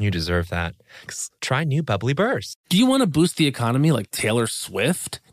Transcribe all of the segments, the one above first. You deserve that. Try new bubbly burst. Do you want to boost the economy like Taylor Swift?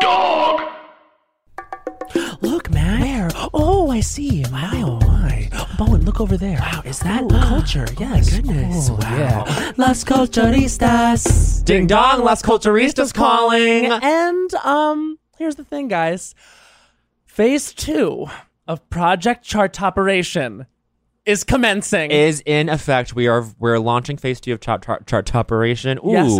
Dog. Look, man. Where? Oh, I see. Wow. Oh, my. Bowen, look over there. Wow, is that culture? Yes. Oh, my goodness. Cool, wow. yeah. Las Culturistas. Ding dong, Las Culturistas calling. And, um, here's the thing, guys. Phase two of Project Chart Operation is commencing. is in effect. We are we're launching phase two of chart chart, chart operation. Ooh. Yes,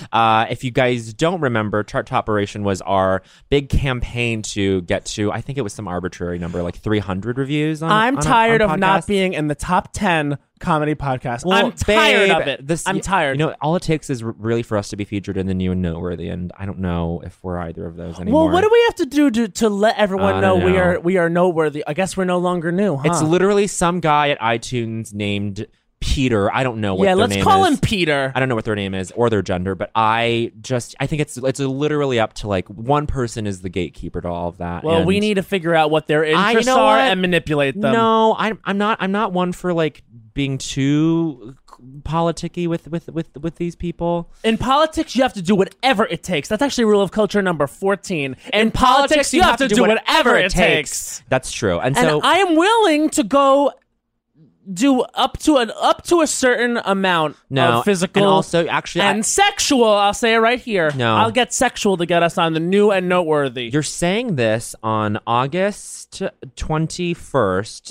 honey. Uh, if you guys don't remember, chart operation was our big campaign to get to. I think it was some arbitrary number, like 300 reviews. On, I'm on- tired on of not podcasts. being in the top 10 comedy podcasts. Well, I'm tired babe, of it. This, I'm tired. You know, all it takes is r- really for us to be featured in the new and noteworthy, and I don't know if we're either of those anymore. well, what do we have to do to, to let everyone I know, don't we know. are we are noteworthy? I guess we're no longer new, huh? It's literally some guy at iTunes named Peter. I don't know what. yeah, their let's name call is. him Peter. I don't know what their name is or their gender, but I just I think it's it's literally up to like one person is the gatekeeper to all of that. Well, we and need to figure out what their know interests are what? and manipulate them. no. I'm I'm not I'm not one for like being too politicky with with with with these people. In politics, you have to do whatever it takes. That's actually rule of culture number 14. In, politics, you have, to do whatever, it takes. That's true. And, And so I am willing to go do up to an up to a certain amount no of physical and also actually I- and sexual. I'll say it right here. No. I'll get sexual to get us on the new and noteworthy. You're saying this on August 21st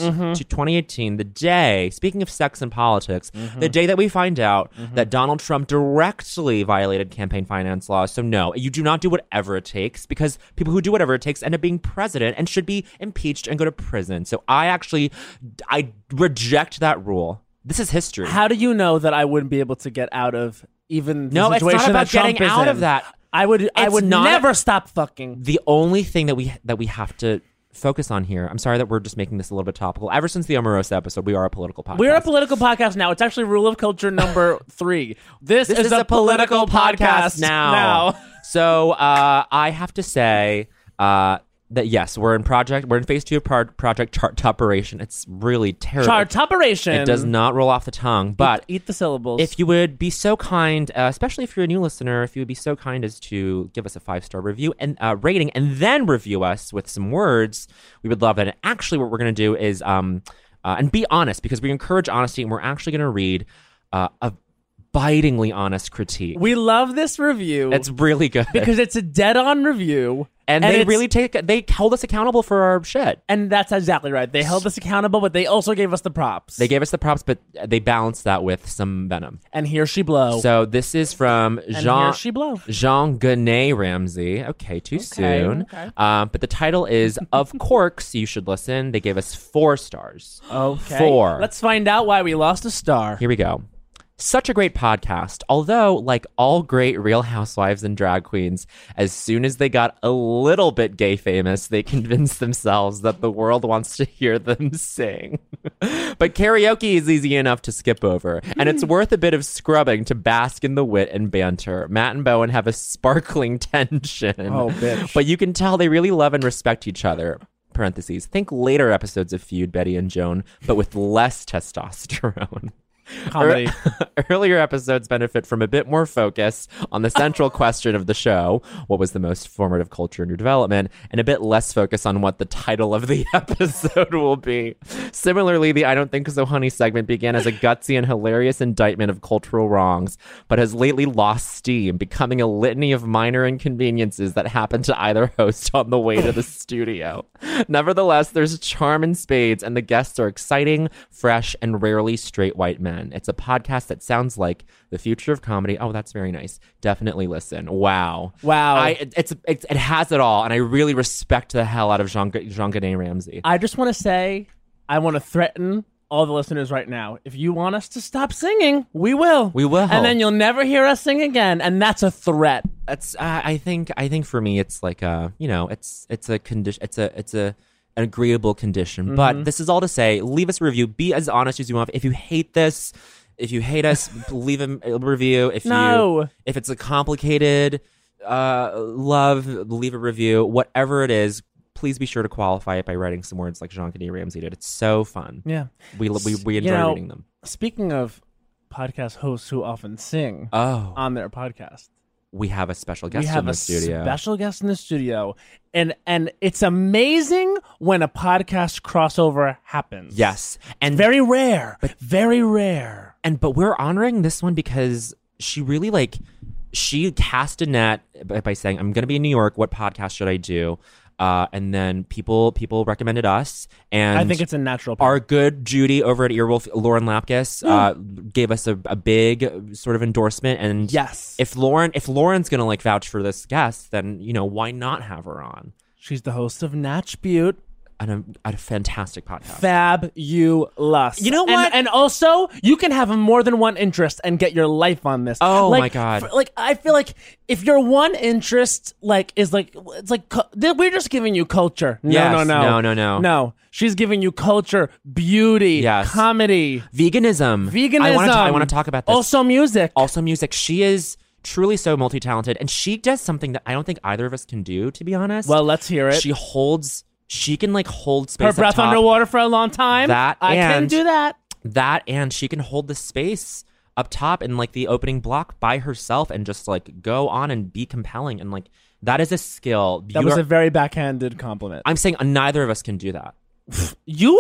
Mm-hmm. to 2018, the day, speaking of sex and politics, Mm-hmm. the day that we find out that Donald Trump directly violated campaign finance laws. So, no, you do not do whatever it takes because people who do whatever it takes end up being president and should be impeached and go to prison. So, I actually, I reject that rule. This is history. How do you know that I wouldn't be able to get out of even the No, it's not situation about that Trump getting is out in? of that. I would I It's would not- never stop fucking. the only thing that we that we have to focus on here. I'm sorry that we're just making this a little bit topical. Ever since the Omarosa episode, we are a political podcast. We're a political podcast now. It's actually rule of culture number three. This, This is, a political podcast now. so uh, I have to say uh, that yes, we're in project. We're in phase two of pro- project chart operation. It's really terrible. Chart operation. It does not roll off the tongue, but. eat the syllables. If you would be so kind, uh, especially if you're a new listener, if you would be so kind as to give us a five star review and uh, rating, and then review us with some words, we would love that. And actually, what we're going to do is, um, uh, and be honest because we encourage honesty, and we're actually going to read uh, a bitingly honest critique. We love this review It's really good. because it's a dead on review. and, they it's- really take they hold us accountable for our shit. And that's exactly right. They held us accountable, but they also gave us the props. They gave us the props, but they balanced that with some venom. and here she blow. So this is from Oh. and Jean here she blow. Jean Genet Ramsey. Okay, too soon. Um, but the title is Of Corks, You Should Listen. They gave us four stars. Okay. Four. Let's find out why we lost a star. Here we go. Such a great podcast. Although, like all great real housewives and drag queens, as soon as they got a little bit gay famous, they convinced themselves that the world wants to hear them sing. but karaoke is easy enough to skip over, and it's worth a bit of scrubbing to bask in the wit and banter. Matt and Bowen have a sparkling tension. Oh, bitch. But you can tell they really love and respect each other parentheses think later episodes of feud betty and joan but with less testosterone Comedy. Ear- Earlier episodes benefit from a bit more focus on the central question of the show what was the most formative culture in your development, and a bit less focus on what the title of the episode will be. Similarly, the I Don't Think So Honey segment began as a gutsy and hilarious indictment of cultural wrongs, but has lately lost steam, becoming a litany of minor inconveniences that happen to either host on the way to the studio. Nevertheless, there's charm in spades, and the guests are exciting, fresh, and rarely straight white men. It's a podcast that sounds like the future of comedy. Oh, that's very nice. Definitely listen. Wow. Wow. I, it- it's, it's it has it all, and I really respect the hell out of Jean Jean Genet Ramsey. I just want to say, I want to threaten all the listeners right now. If you want us to stop singing, we will. We will. And then you'll never hear us sing again. And that's a threat. That's I I think I think for me it's like a you know it's it's a condition it's a it's a an agreeable condition. Mm-hmm. But this is all to say, leave us a review. Be as honest as you want. If you hate this, if you hate us, leave a a review. If you No. if it's a complicated uh love, leave a review. Whatever it is, please be sure to qualify it by writing some words like Jean Cadet Ramsey did. It's so fun. Yeah. We we we You enjoy know- reading them. Speaking of podcast hosts who often sing Oh, on their podcast, we have a special guest we have in the a studio. special guest in the studio, and and it's amazing when a podcast crossover happens. yes, and very rare, but very rare. and but we're honoring this one because she really like she cast a net by, by saying i'm gonna be in new york what podcast should i do uh, and then people people recommended us and I think it's a natural. our good Judy over at Earwolf, Lauren Lapkus, uh, gave us a, a big uh, sort of endorsement. And yes, if Lauren, if Lauren's gonna like vouch for this guest, then you know why not have her on she's the host of Natch Butte. and a, a fantastic podcast. Fab you lust. You know And- what? And, also, you can have more than one interest and get your life on this. Oh Like, my God. f- like I feel like if your one interest like is like it's like cu- th- we're just giving you culture. No, Yes. no, no, No, no, no. no. She's giving you culture, beauty, Yes. comedy, Veganism, veganism. I want to I want to talk about this. Also, music. also music. She is truly so multi talented, and she does something that I don't think either of us can do, to be honest. well, let's hear it. she holds, she can like hold space. Her up breath top. underwater for a long time. That I can and- do that. That and she can hold the space up top in like the opening block by herself, and just like go on and be compelling, and like that is a skill. That You was are- a very backhanded compliment. I'm saying uh, neither of us can do that. you,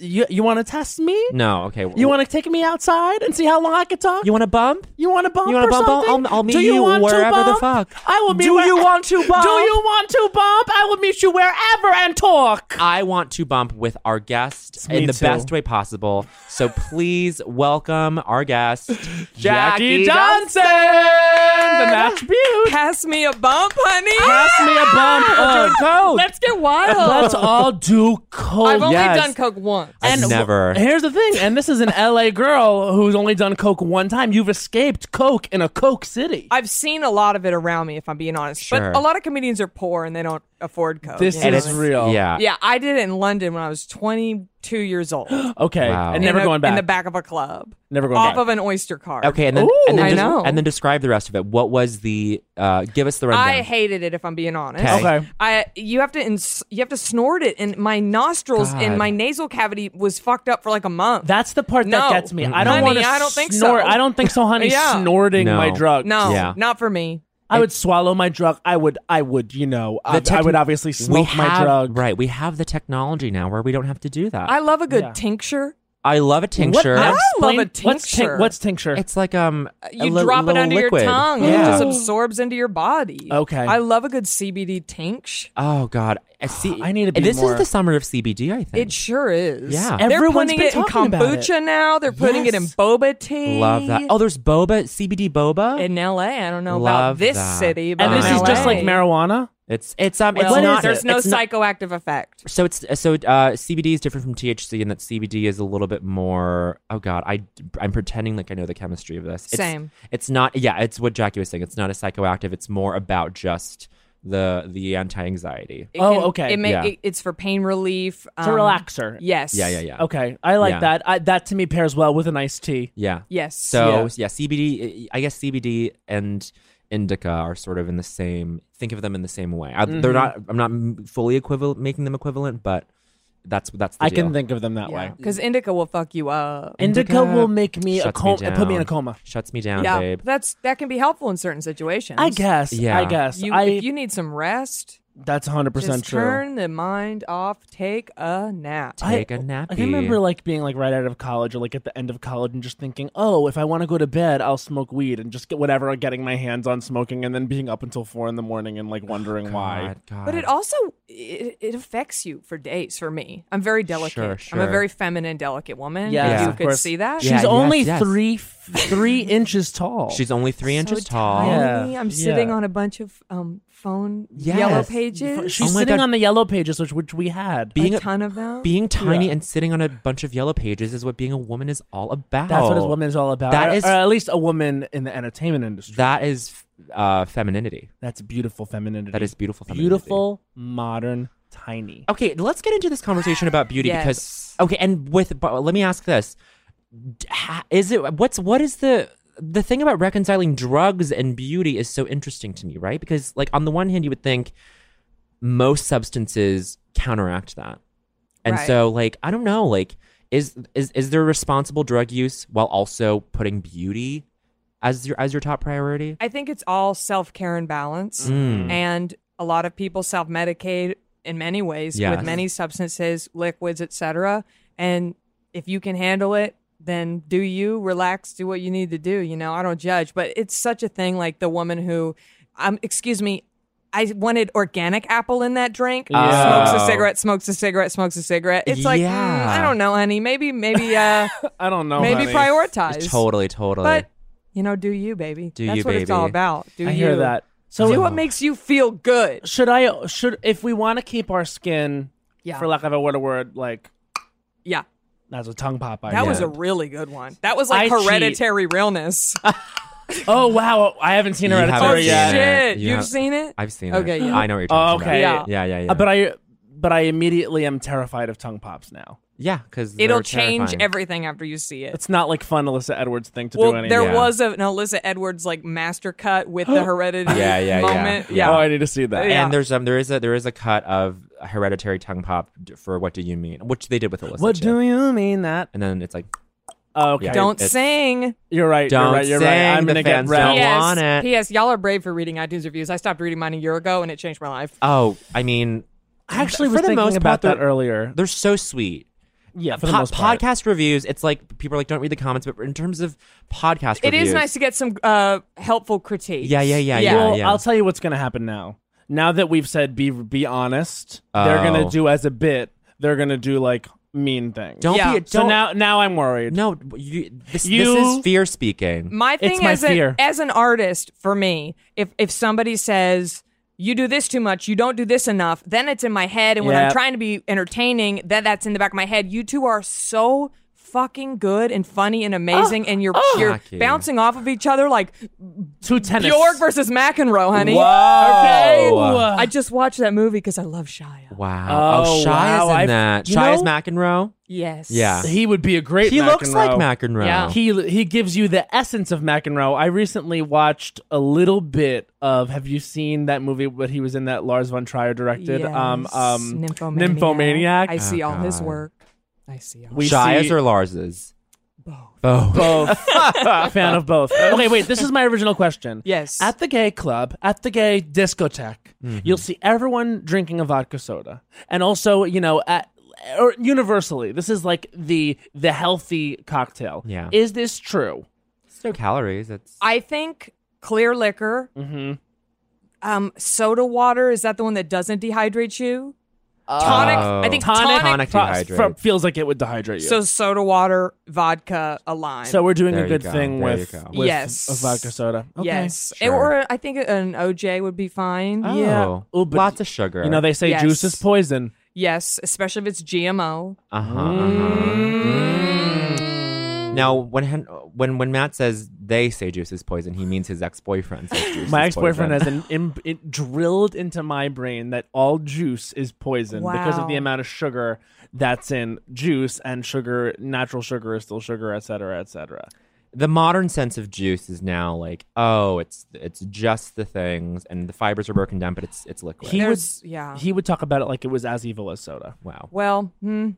you, you want to test me? No, okay. w- You want to take me outside and see how long I can talk? you want to bump? You want to bump? You wanna or bump? I'll- something? I'll- I'll meet Do you, you want wherever to the bump? fuck. I will be. Do you want to bump? Do you want to bump? I will meet you wherever and talk. I want to bump with our guest me in the too. best way possible. So please welcome our guest, Jackie Jackie Johnson, the match beaut. Pass me a bump, honey. Pass me a bump of coke. Let's get wild. Let's all do coke. I've only yes. done coke once. I've And never. Here's the thing, and this is an LA girl who's only done coke one time. You've escaped coke in a coke city. I've seen a lot of it around me, if I'm being honest. Sure. But a lot of comedians are poor and they don't afford coke. this you is know? it's- real. Yeah. yeah, I did it in London when I was 22 years old. Okay. Wow. And never in a- going back. in the back of a club, Never going off back. of an oyster card. Okay, and then, and then I des- know. and then describe the rest of it. What was the uh give us the rundown. I hated it. If I'm being honest, 'Kay. Okay. I you have to ins- you have to snort it, and my nostrils God. and my nasal cavity was fucked up for like a month. That's the part that No. gets me. I don't Honey, want to. I don't think so. snort. I don't think so, honey. Yeah. Snorting No. my drug. no, Yeah. not for me. I would swallow my drug. I would. I would. You know. I, The I would techn- obviously we smoke have, my drug. Right, we have the technology now where we don't have to do that. I love a good Yeah. tincture. I love a tincture. What, I explain- love a What's, tin- tincture. what's tincture? It's like um, a You li- drop it little under liquid. your tongue and it Yeah. just absorbs into your body. Okay. I love a good CBD tinc. oh God, I see. I need to be This more- is the summer of CBD. I think It sure is. Yeah. They're Everyone's putting been it in talking about it. kombucha now. They're putting it in Yes. boba tea. love that. Oh, there's boba CBD boba. in LA. I don't know Love about this that. city, but and in this is LA. just like marijuana. it's it's um, Well, it's not. there's no it's not- psychoactive effect. So it's so uh, CBD is different from THC, and that CBD is a little bit more. Oh God, I I'm pretending like I know the chemistry of this. It's, Same. It's not. Yeah, it's what Jackie was saying. It's not a psychoactive. It's more about just the the anti anxiety. It Oh, okay. It may, Yeah. it- it's for pain relief. It's a um, relaxer. Yes. Yeah, yeah, yeah. Okay, I like Yeah. that. I, that to me pairs well with an iced tea. Yeah. Yes. So yeah. CBD. I guess CBD and indica are sort of in the same. Think of them in the same way. I, Mm-hmm. They're not. I'm not fully equivalent, making them equivalent, but that's that's. The I deal. can think of them that way. Because indica will fuck you up. Indica, Indica will make me a shuts coma. me put me in a down. coma. Shuts me down, yeah, babe. that's that can be helpful in certain situations. I guess. Yeah. I guess. you, I. if you need some rest. that's hundred percent Just true. turn the mind off. Take a nap. I- Take a nap. I can remember like being like right out of college or like at the end of college and just thinking, oh, if I want to go to bed, I'll smoke weed and just get whatever getting my hands on smoking and then being up until four in the morning and like wondering why. But it also it, it affects you for days. For me, I'm very delicate. Sure, I'm sure. a very feminine, delicate woman. Yeah, if Yeah. you of could course. see that. She's Yeah, yes, only yes. three three inches tall. She's only three so inches tall. Yeah. tiny. I'm sitting yeah. on a bunch of um, phone Yes. yellow Yes. pages. She's Oh my sitting God. on the yellow pages, which which we had. Being a ton of them. Being tiny Yeah. and sitting on a bunch of yellow pages is what being a woman is all about. That's what a woman is all about. Oh. That That is, is- or, at least a woman in the entertainment industry. That is uh, femininity. That's beautiful femininity. That is beautiful femininity. beautiful, modern, tiny. Okay, let's get into this conversation about beauty because okay, and with but let me ask this: D- ha- Is it what's what is the the thing about reconciling drugs and beauty is so interesting to me, right? Because like on the one hand, you would think most substances counteract that, and Right. so like I don't know, like is is is there responsible drug use while also putting beauty as your as your top priority? I think it's all self care and balance, Mm. and a lot of people self medicate in many ways Yes. with many substances, liquids, etc. And if you can handle it, then do you relax, do what you need to do. You know, I don't judge, but it's such a thing. Like the woman who, um, excuse me. I wanted organic apple in that drink. Yeah. Oh. Smokes a cigarette, smokes a cigarette, smokes a cigarette. It's like, Yeah. Oh, mm, I don't know, honey. Maybe, maybe, uh, I don't know. maybe honey. prioritize. Totally, totally. But you know, do you, baby? Do That's you, what it's all baby. Oh. about. Do I you? hear that. So do what makes you feel good. should I should if we want to keep our skin Yeah. for lack of a better word like Yeah, that's a tongue pop I that was a did. really good one. That was like I cheat. hereditary realness. oh wow I haven't seen You Hereditary oh haven't seen yet it. shit! You You have have- seen it? I've seen Okay, it. yeah. I know what you're talking Okay. about. Yeah. Yeah, yeah, yeah. Uh, but I but I immediately am terrified of tongue pops now yeah, because It'll change everything after you see it. it's not like fun Alyssa Edwards thing to well, do there anymore. Yeah. was a, an Alyssa Edwards like master cut with the hereditary Yeah, yeah, yeah. moment. Yeah. oh I need to see that Yeah. And there's um there is a there is a cut of hereditary tongue pop d- for what do you mean, which they did with Alyssa. what Chip. do you mean that And then it's like oh, okay Yeah. Don't It's- sing. you're right Don't you're right you're sing, right I'm the gonna get fans don't red want- P.S. on it. P.S. Y'all are brave for reading iTunes reviews. I stopped reading mine a year ago, and it changed my life. oh I mean I actually for was the thinking most about part, that they're- earlier they're so sweet. yeah for the Po- most part podcast reviews, it's like people are like don't read the comments, but in terms of podcast It reviews, is nice to get some uh, helpful critiques. Yeah, yeah, yeah, yeah. Well, I'll tell you what's going to happen now. Now that we've said be be honest, they're going Oh. to do as a bit. They're going to do like mean things. Don't Yeah. be a, don't, so now now I'm worried. no you this, this You- is fear speaking. my thing It's my as a- fear. as an artist for me if if somebody says you do this too much you don't do this enough then it's in my head and when i'm Yep. trying to be entertaining then that's in the back of my head you two are so fucking good and funny and amazing and you're you're Jackie. bouncing off of each other like Two tennis. Bjork versus McEnroe honey Whoa. okay i just watched that movie because i love shia Wow. Oh, Oh, Shia's wow, in I've- that. you Shia's know- McEnroe. yes Yeah. He would be a great. He looks like McEnroe. McEnroe. Yeah. He he gives you the essence of McEnroe. I recently watched a little bit of. Have you seen that movie? What he was in that Lars von Trier directed. Um, Yes. um, nymphomaniac. Nymphomaniac. i see Oh, all his God. work i see all we Shia's see- or Lars's? both Both. both. a fan of both. Okay, wait. This is my original question. yes At the gay club, at the gay Mm-hmm. discotheque, you'll see everyone drinking a vodka soda. And also, you know, at or universally, this is like the the healthy cocktail. Yeah. Is this true? It's no calories. It's I think clear liquor, Mm-hmm. um, soda water. Is that the one that doesn't dehydrate you? Oh. Tonic. I think Tonic- tonic. Oh. Tonic dehydrates. feels like it would dehydrate you. So soda water, vodka, a lime. So we're doing There a you good go. thing There you with, go. Oh. with Yes. a vodka soda. Okay. yes, sure. or I think an OJ would be fine. oh, yeah. Oh, but- lots of sugar. You know they say juice is Yes. poison. Yes, especially if it's GMO. Uh huh. Now, when Hen- when when Matt says they say juice is poison, he means his ex boyfriend says juice. My is ex poison. boyfriend has an im- it drilled into my brain that all juice is poison because of the Wow. amount of sugar that's in juice and sugar, natural sugar is still sugar, et cetera, et cetera. the modern sense of juice is now like, oh, it's it's just the things, and the fibers are broken down, but it's it's liquid. He There's yeah. He would talk about it like it was as evil as soda. wow. Well, hmm.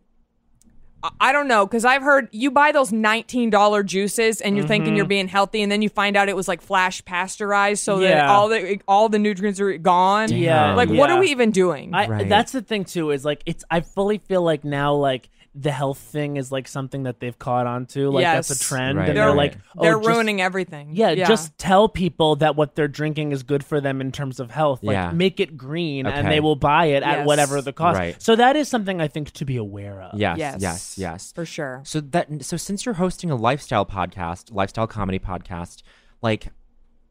I- I don't know because I've heard you buy those nineteen dollar juices and you're thinking you're Mm-hmm. being healthy, and then you find out it was like flash pasteurized, so that Yeah. all the all the nutrients are gone. Yeah, like what yeah. are we even doing? I, Right. That's the thing too. Is like it's. I fully feel like now, like the health thing is like something that they've caught on to. Like that's a Yes. trend, Right, and they're right. like, oh, They're just- ruining everything. Yeah, just tell people that what they're drinking is good for them in terms of health. Like Yeah. make it green, and Okay. they will buy it at Yes. whatever the cost. Right. So that is something I think to be aware of. Yes, yes, Yes. yes, yes. for sure. So that so since you're hosting a lifestyle podcast, lifestyle comedy podcast, like,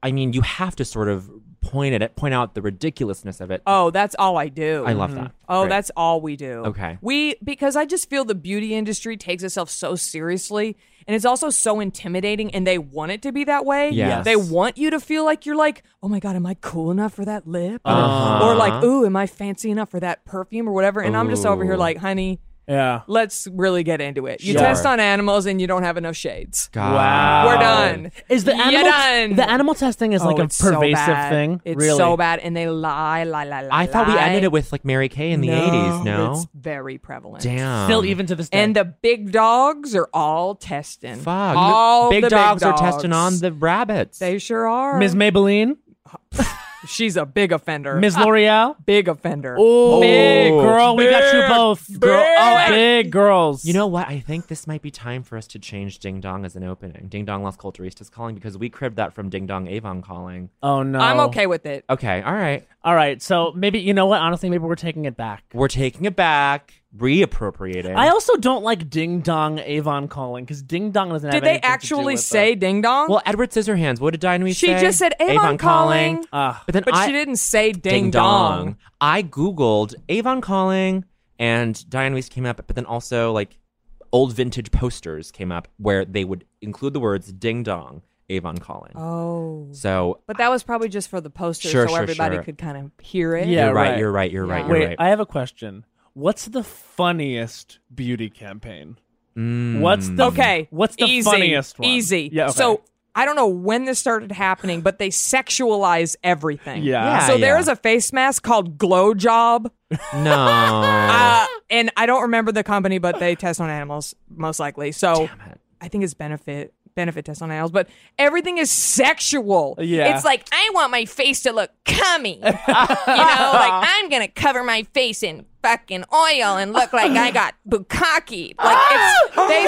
I mean, you have to sort of point at it, point out the ridiculousness of it. Oh, that's all I do. I love that. Oh, Great. that's all we do. Okay. We because I just feel the beauty industry takes itself so seriously and it's also so intimidating and they want it to be that way. Yes. They want you to feel like you're like, "Oh my god, am I cool enough for that lip?" Uh-huh. Or like, "Ooh, am I fancy enough for that perfume or whatever?" And I'm just over Ooh. here like, "Honey, Yeah. let's really get into it. You Sure. test on animals and you don't have enough shades." God. Wow. We're done. Is the You're animal done. the animal testing is like Oh, a it's so pervasive bad. thing? It's really? so bad and they lie, lie, lie, lie. I thought we lie. ended it with like Mary Kay in the '80s. No, It's very prevalent. damn. Still, even to this day. And the big dogs are all testing. fuck. All big, the dogs big are testing on the rabbits. They sure are. Ms. Maybelline, She's a big offender. Ms. L'Oreal. big offender. Oh, big girl, we got you Big, both, girl. Oh, big girls. You know what? I think this might be time for us to change Ding Dong as an opening. Ding Dong Las Culturistas calling because we cribbed that from Ding Dong Avon calling. Oh no, I'm okay with it. Okay, all right. All right, so maybe you know what? Honestly, maybe we're taking it back. We're taking it back, reappropriating. I also don't like Ding Dong Avon calling because Ding Dong doesn't. have Did they anything to do actually with say it. ding dong? well, Edward Scissorhands. What did Dynamite she say? just said Avon, calling, Ah, But then but I, she didn't say ding, Ding dong. Dong. I googled Avon calling, and Dynamite came up. But then also like old vintage posters came up where they would include the words Ding Dong Avon calling. Oh. So But that was probably just for the poster Sure, so sure, everybody sure. could kind of hear it. Yeah, you're right, right. You're right. You're right. Yeah. You're wait, right. I have a question. What's the funniest beauty campaign? Mm. What's the Okay. What's the easy, funniest one? Easy. Yeah. okay. So I don't know when this started happening, but they sexualize everything. Yeah. So there yeah. is a face mask called Glow Job, no? uh, and I don't remember the company, but they test on animals most likely. So Damn it. I think it's benefit benefit test on animals, but everything is sexual. Yeah. It's like I want my face to look cummy. you know, like I'm gonna cover my face in fucking oil and look like I got bukkake. Like it's they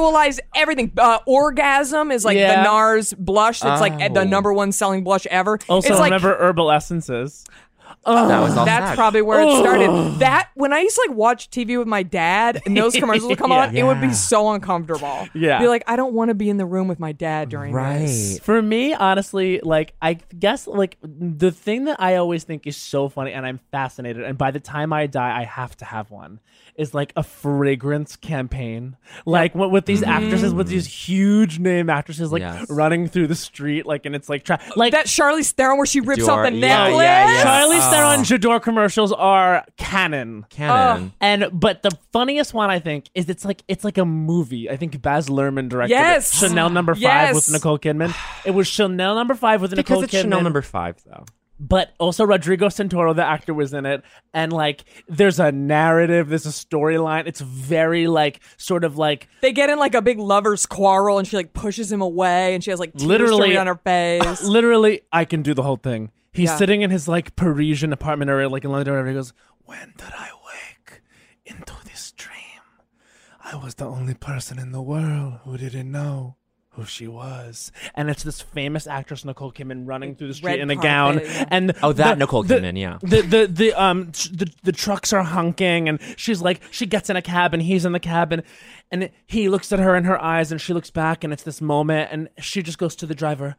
sexualize everything. Uh, orgasm is like Yeah. the NARS blush. It's like the Oh. number one selling blush ever. also it's like remember herbal essences. that was all Oh, that's sex. probably where it started. That when I used to like watch TV with my dad and those commercials would come on, it would Yeah. be so uncomfortable. Yeah. be like, I don't want to be in the room with my dad during right. this. For me, honestly, like I guess like the thing that I always think is so funny and I'm fascinated and by the time I die I have to have one is like a fragrance campaign. Like what with these actresses with these huge name actresses like Mm. Yes. running through the street like and it's like tra- like That Charlize Theron where she rips off the Dior, yeah, necklace. yeah, yeah. Charlie Oh. Theron J'adore commercials are canon. Canon. And but the funniest one I think is it's like it's like a movie. I think Baz Luhrmann directed it. Yes. Chanel Number Five Yes. with Nicole Kidman. It was Chanel Number Five with because Nicole it's Kidman. Chanel number five though. but also Rodrigo Santoro, the actor, was in it. And like, there's a narrative, there's a storyline. It's very like, sort of like, They get in like a big lovers quarrel and she like pushes him away and she has like tears Literally- streaming on her Uh-huh. face. literally, I can do the whole thing. He's Yeah. sitting in his like Parisian apartment area, like in London, and he goes, "When did I wake into this I was the only person in the world who didn't know who she was. and it's this famous actress Nicole Kidman running through the street Red in a carpet, gown, yeah. and Oh, that the- Nicole the- Kidman, yeah. The the the um tr- the, the trucks are honking, and she's like she gets in a cab, and he's in the cab, and and he looks at her in her eyes, and she looks back, and it's this moment, and she just goes to the driver.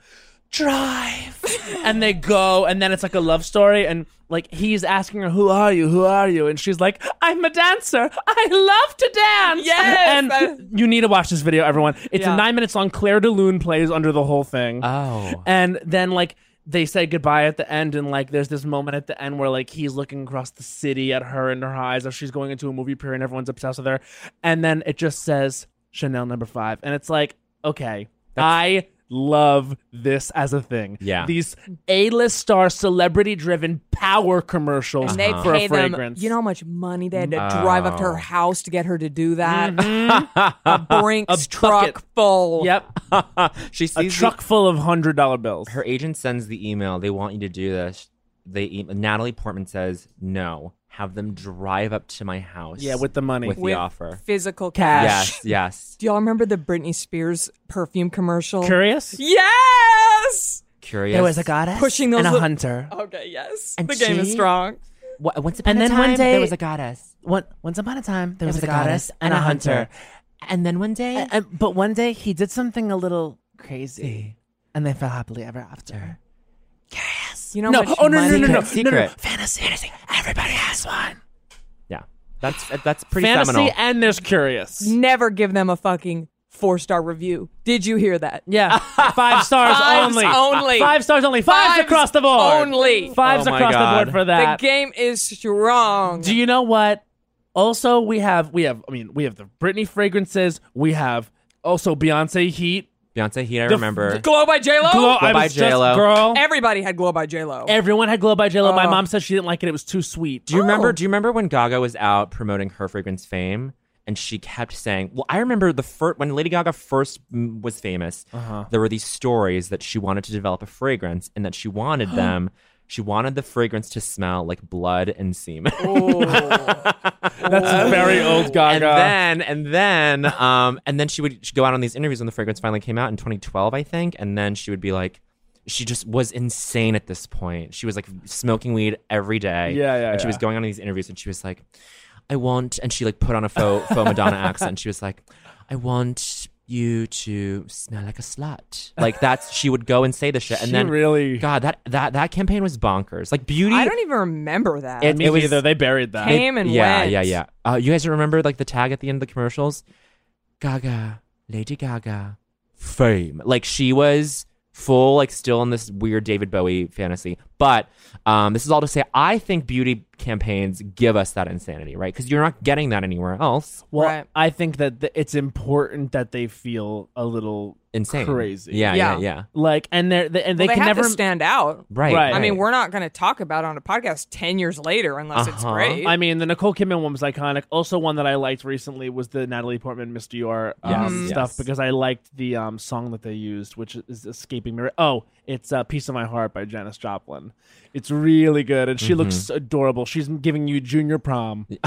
Drive, and they go, and then it's like a love story, and like he's asking her, "Who are you? Who are you?" And she's like, "I'm a dancer. I love to dance." Yes, I- and you need to watch this video, everyone. It's Yeah. nine minutes long. Claire de Lune plays under the whole thing. Oh. And then like they say goodbye at the end, and like there's this moment at the end where like he's looking across the city at her and her eyes as she's going into a movie premiere and everyone's obsessed with her. And then it just says Chanel number five. And it's like, okay, I love this as a thing. Yeah. These A list star celebrity driven power commercials And they for pay a them. fragrance. You know how much money they had to drive up to her Oh. Mm-hmm. house to get her to do that. a Brinks A truck bucket. full. Yep. she A sees the- truck full of hundred dollar bills. her agent sends the email. They want you to do this. They e- Natalie Portman says no. Have them drive up to my house. yeah, with the money. with With the offer. Physical Cash. cash. Yes, yes. Do y'all remember the Britney Spears perfume commercial? Curious? Yes. Curious. There was a goddess Pushing those and a little- hunter. Okay. Yes. And the game is she- strong. Wha- once upon And a then time, one day- there was a goddess. One, once upon a time, there There was, a, goddess, and a hunter. And then one day, A- and- but one day, he did something a little crazy, and they fell happily ever after. You know No, how much oh, no, no, money- no, no, no, Secret, no, no, secret. Fantasy, fantasy. Everybody has one. yeah, that's that's pretty fantasy, seminal. and there's curious. Never give them a fucking four star review. Did you hear that? Yeah, five stars Fives only. only. Five stars only. Fives, Fives across the board. only. Fives Oh my across the God. board for The that. game is strong. Do you know what? Also, we have we have. I mean, we have the Britney fragrances. We have also Beyonce Heat. Beyonce Heat, I The- remember. Glow by J Lo. Glow, I by was just, J.Lo. girl. Everybody had Glow by J Lo. Everyone had Glow by J Lo. My Oh. mom said she didn't like it. It was too sweet. do you remember? Oh. Do you remember when Gaga was out promoting her fragrance fame, and she kept saying, "Well, I remember the first when Lady Gaga first mm, was famous. There were these stories that she wanted to develop a fragrance, and that she wanted them." She wanted the fragrance to smell like blood and semen. That's very old and then and then um and then she would she'd go out on these interviews when the fragrance finally came out in 2012 i think and then she would be like she just was insane at this point she was like smoking weed every day Yeah, yeah, and she was yeah. going on these interviews and she was like i want and she like put on a faux, faux madonna accent and she was like i want you to smell like a slut like that's she would go and say this shit and She then really- god that that that campaign was bonkers like beauty I don't even remember that. It- Me it was- neither. They buried that. Came- and yeah, went. Yeah, yeah, Uh, you guys remember like the tag at the end of the commercials? Gaga, Lady Gaga, fame. Like she was full, like still in this weird David Bowie fantasy. But um, this is all to say, I think beauty campaigns give us that insanity, right? Because you're not getting that anywhere else. well, Right. I think that th- it's important that they feel a little Insane, Crazy. Yeah, yeah, Yeah. yeah. like, and they're they, and Well, they can have never. to stand out. Right, Right. I mean, right. we're not going to talk about it on a podcast ten years later unless it's Uh-huh. great. I mean, the Nicole Kidman one was iconic. Also, one that I liked recently was the Natalie Portman Miss Dior um, Yes, stuff yes. because I liked the um, song that they used, which is escaping me. Oh, it's uh, "Piece of My Heart" by Janis Joplin. It's really good, and she looks Mm-hmm. adorable. She's giving you junior prom.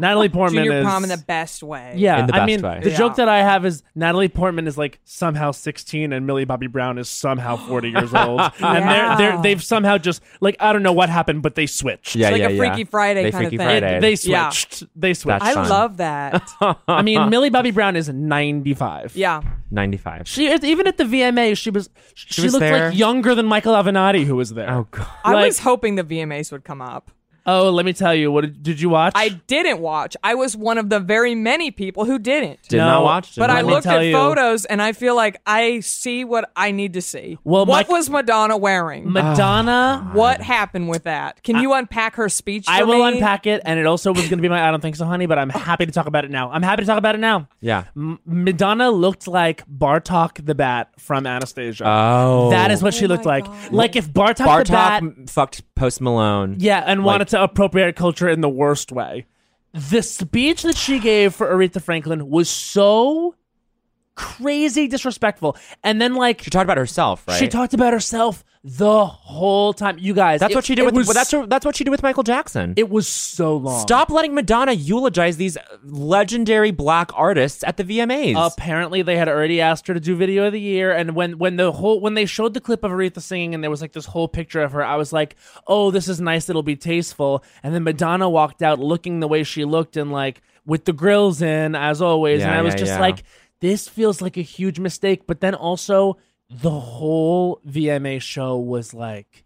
Natalie Portman Junior is prom in the best way. Yeah, In the I best mean, way. the Yeah. joke that I have is Natalie Portman is like somehow 16 and Millie Bobby Brown is somehow 40 years old, and they're, they're Yeah. they've somehow just like I don't know what happened, but they switched. Yeah, It's like yeah, a yeah. Freaky Friday They kind Freaky of thing. Friday. They Yeah. switched. They switched. That's I fun. love that. I mean, Millie Bobby Brown is 95. yeah, Ninety-five. She even at the VMA, she was she, was looked there. like younger than Michael Avenatti, who was there. oh god. I Like- was hoping the VMAs would come up. Oh, let me tell you, what did, did you watch? I didn't watch. I was one of the very many people who didn't. Did No, not watch. Did but not I let me looked tell at you- photos and I feel like I see what I need to see. Well, what my- was Madonna Oh, wearing? Madonna. what happened with that? Can you unpack her speech? I for will me? unpack it, and it also was going to be my I don't think so, honey, but Oh. I'm happy to talk about it now. I'm happy to talk about it now. Yeah. M- Madonna looked like Bartok the Bat from Anastasia. Oh, That is what she Oh looked my like. God. Like if Bartok, Bartok the Bat, m- fucked Post Malone. yeah, and wanted to appropriate culture in the worst way. The speech that she gave for Aretha Franklin was so crazy disrespectful. And then like She talked about herself, right? she talked about herself the whole time. You guys, That's it- what she did it with. was- well, that's her, that's what she did with Michael Jackson. it was so long. Stop letting Madonna eulogize these legendary black artists at the VMAs. Apparently, they had already asked her to do video of the year, and when when the whole when they showed the clip of Aretha singing, and there was like this whole picture of her, I was like, "Oh, this is nice. It'll be tasteful." And then Madonna walked out looking the way she looked, and like with the grills in as always, and Yeah, I was yeah, just yeah. like, "This feels like a huge mistake." But then also, the whole VMA show was like.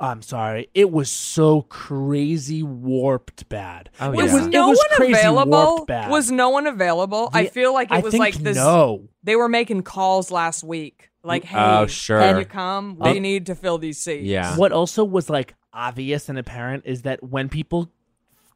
I'm sorry. It was so crazy warped bad. Oh, It yeah. Was was, it no was one crazy available? warped bad. Was no one available? I The- feel like it I was think like this. No, They were making calls last week. Like, hey, Oh, sure. can you come? They- we need to fill these seats. Yeah. What also was like obvious and apparent is that when people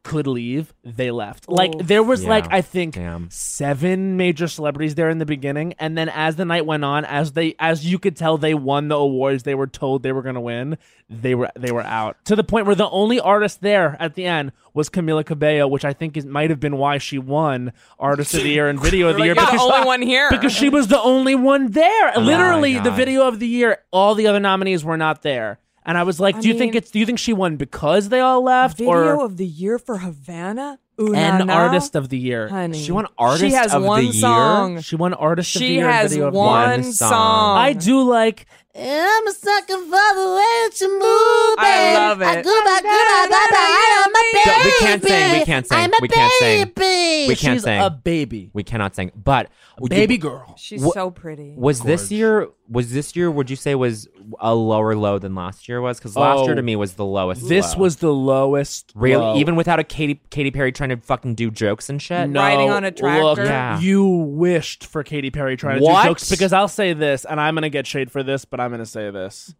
could leave, they left. Like Oof. there was like Yeah. I think Damn. seven major celebrities there in the beginning, and then as the night went on, as they as you could tell they won the awards they were told they were gonna win, they were they were out. To the point where the only artist there at the end was Camila Cabello, which I think is might have been why she won Artist of the Year and Video of the Like, Year. you're the because- only one here. because she was the only one there. Oh my Literally, the God. video of the year, all the other nominees were not there. And I was like, I "Do you think mean- it's? Do you think she won because they all left, Video or of the year for Havana? Ooh, an na, na. artist of the year? Honey. She won Artist She has of the one Year? song. She won artist of the She year. and has video of the Year. one One song. song. I do like. I'm a sucker for the way that you move, I baby. love it. I go by, go by, bye, bye. I'm a No, baby. we can't sing, we can't sing, I'm a we can't sing. baby. We can't she's sing. a baby, we cannot sing. But baby girl. She's What- so pretty. was this year? Was this year? Would you say was a lower low than last year was? Because last year Oh. to me was the lowest. This low. was the lowest. really low. even without a Katy Katy Perry trying to fucking do jokes and shit. No, Riding on a Look, tractor? Yeah. You wished for Katy Perry trying to What? do jokes because I'll say this, and I'm gonna get shade for this, but I'm gonna say this.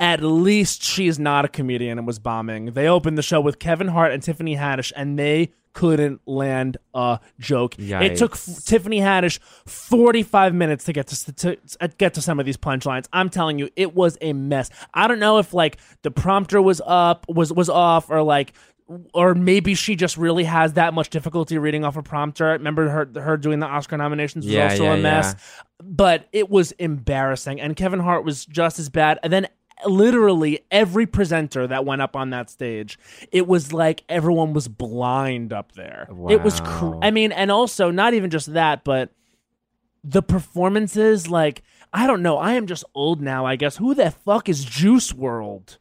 At least she's not a comedian and was bombing. They opened the show with Kevin Hart and Tiffany Haddish, and they couldn't land a joke. It took Yikes. f- Tiffany Haddish 45 minutes to get to, s- to s- uh, get to some of these punchlines. I'm telling you, it was a mess. I don't know if like the prompter was up was was off or like or maybe she just really has that much difficulty reading off a prompter. Remember her her doing the Oscar nominations was Yeah, also yeah, a mess. yeah. But it was embarrassing and Kevin Hart was just as bad. And then literally every presenter that went up on that stage, it was like everyone was blind up there. It was cr- Wow. I mean and also not even just that but the performances like I don't know. I am just old now, I guess. Who the fuck is Juice World?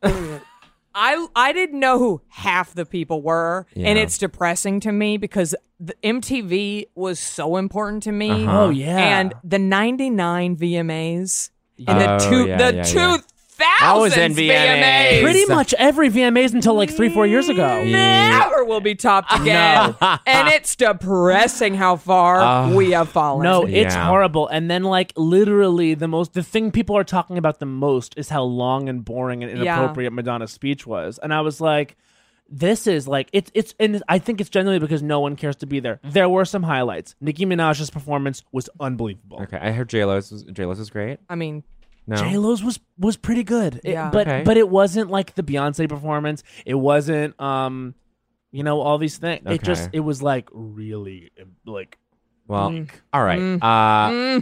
I I didn't know who half the people were, and Yeah. it's depressing to me because the MTV was so important to me. Uh-huh. Oh, yeah. and the '99 VMAs and Oh, the two yeah, the yeah, yeah. two I was in thousand VMAs. VMAs. Pretty much every VMAs until like three, four years ago. Never will be topped again, and it's depressing how far Oh. we have fallen. No, it's Yeah. horrible. And then like literally the most the thing people are talking about the most is how long and boring and Yeah. inappropriate Madonna's speech was. And I was like this is like it's it's and I think it's generally because no one cares to be there. There were some highlights. Nicki Minaj's performance was unbelievable. Okay, I heard J Lo's was J Lo's was great. I mean, No, J Lo's was was pretty good, It- Yeah. but Okay. but it wasn't like the Beyonce performance. It wasn't, um, you know, all these things. It just Okay. it was like really um, like well, all right. Uh,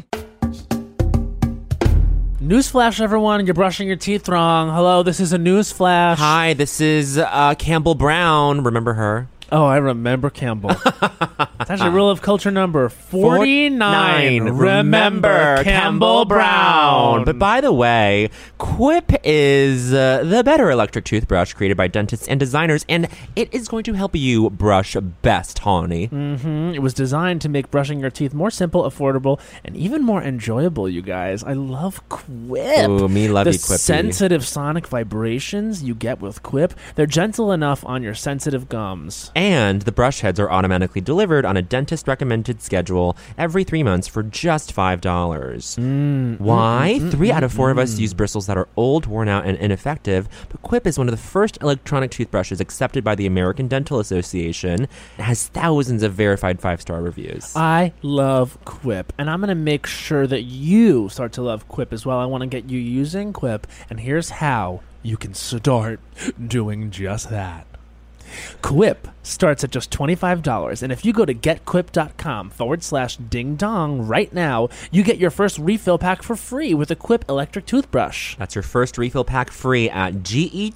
newsflash, everyone! You're brushing your teeth wrong. Hello, this is a newsflash. Hi, this is uh, Campbell Brown. Remember her? Oh, I remember Campbell. it's actually rule of culture number forty nine. Remember Campbell Brown. But by the way, Quip is uh, the better electric toothbrush created by dentists and designers, and it is going to help you brush best, honey. Mhm. It was designed to make brushing your teeth more simple, affordable, and even more enjoyable, you guys. I love Quip. Ooh, me love the you, Quippy. sensitive sonic vibrations you get with Quip. They're gentle enough on your sensitive gums. And the brush heads are automatically delivered on a dentist recommended schedule every three months for just $5. Why? Three out of four of us use bristles that are old, worn out, and ineffective, but Quip is one of the first electronic toothbrushes accepted by the American Dental Association. It has thousands of verified five star reviews. I love Quip, and I'm going to make sure that you start to love Quip as well. I want to get you using Quip, and here's how you can start doing just that. Quip starts at just $25, and if you go to getquip.com forward slash ding dong right now, you get your first refill pack for free with a Quip electric toothbrush. That's your first refill pack free at E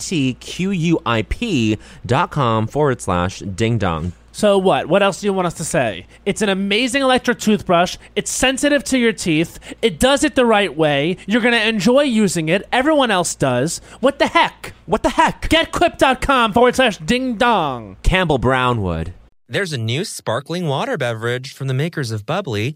getquip.com forward slash ding dong. So what? What else do you want us to say? It's an amazing electric toothbrush. It's sensitive to your teeth. It does it the right way. You're going to enjoy using it. Everyone else does. What the heck? What the heck? Getquip.com forward slash ding dong. Campbell Brownwood. There's a new sparkling water beverage from the makers of Bubbly,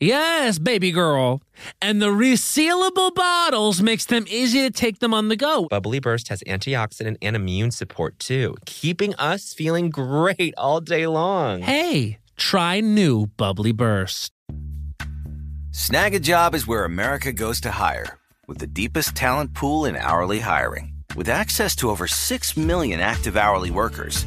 Yes, baby girl. And the resealable bottles makes them easy to take them on the go. Bubbly Burst has antioxidant and immune support too, keeping us feeling great all day long. Hey, try new Bubbly Burst. Snag a job is where America goes to hire, with the deepest talent pool in hourly hiring. With access to over 6 million active hourly workers,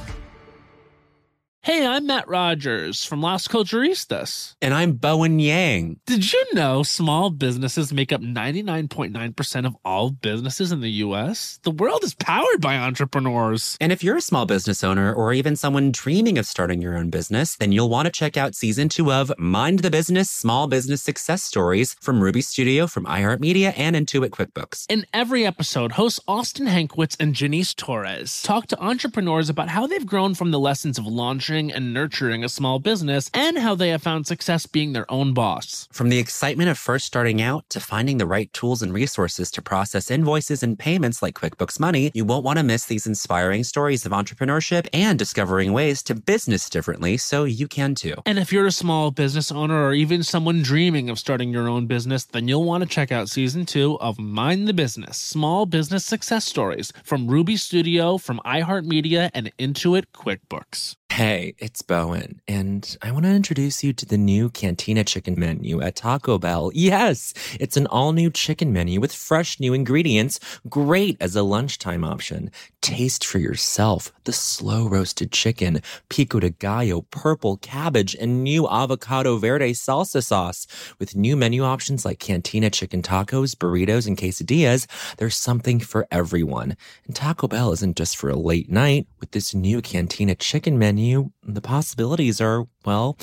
Hey, I'm Matt Rogers from Las Culturistas. And I'm Bowen Yang. Did you know small businesses make up 99.9% of all businesses in the US? The world is powered by entrepreneurs. And if you're a small business owner or even someone dreaming of starting your own business, then you'll want to check out season two of Mind the Business Small Business Success Stories from Ruby Studio, from iHeartMedia, and Intuit QuickBooks. In every episode, hosts Austin Hankwitz and Janice Torres talk to entrepreneurs about how they've grown from the lessons of launching and nurturing a small business and how they have found success being their own boss. From the excitement of first starting out to finding the right tools and resources to process invoices and payments like QuickBooks Money, you won't want to miss these inspiring stories of entrepreneurship and discovering ways to business differently so you can too. And if you're a small business owner or even someone dreaming of starting your own business, then you'll want to check out season two of Mind the Business Small Business Success Stories from Ruby Studio, from iHeartMedia, and Intuit QuickBooks. Hey, it's Bowen, and I want to introduce you to the new Cantina Chicken menu at Taco Bell. Yes, it's an all new chicken menu with fresh new ingredients, great as a lunchtime option. Taste for yourself the slow roasted chicken, pico de gallo, purple cabbage, and new avocado verde salsa sauce. With new menu options like Cantina Chicken tacos, burritos, and quesadillas, there's something for everyone. And Taco Bell isn't just for a late night. With this new Cantina Chicken menu, menu, the possibilities are, well,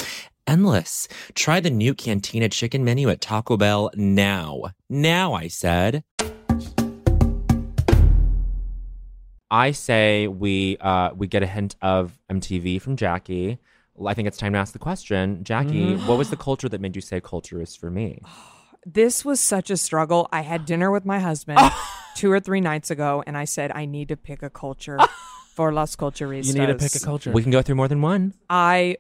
endless. Try the new Cantina chicken menu at Taco Bell now. Now, I said. I say we uh, we get a hint of MTV from Jackie. I think it's time to ask the question, Jackie. what was the culture that made you say culture is for me? This was such a struggle. I had dinner with my husband two or three nights ago, and I said, I need to pick a culture for Las Culturistas. You need to pick a culture. We can go through more than one. I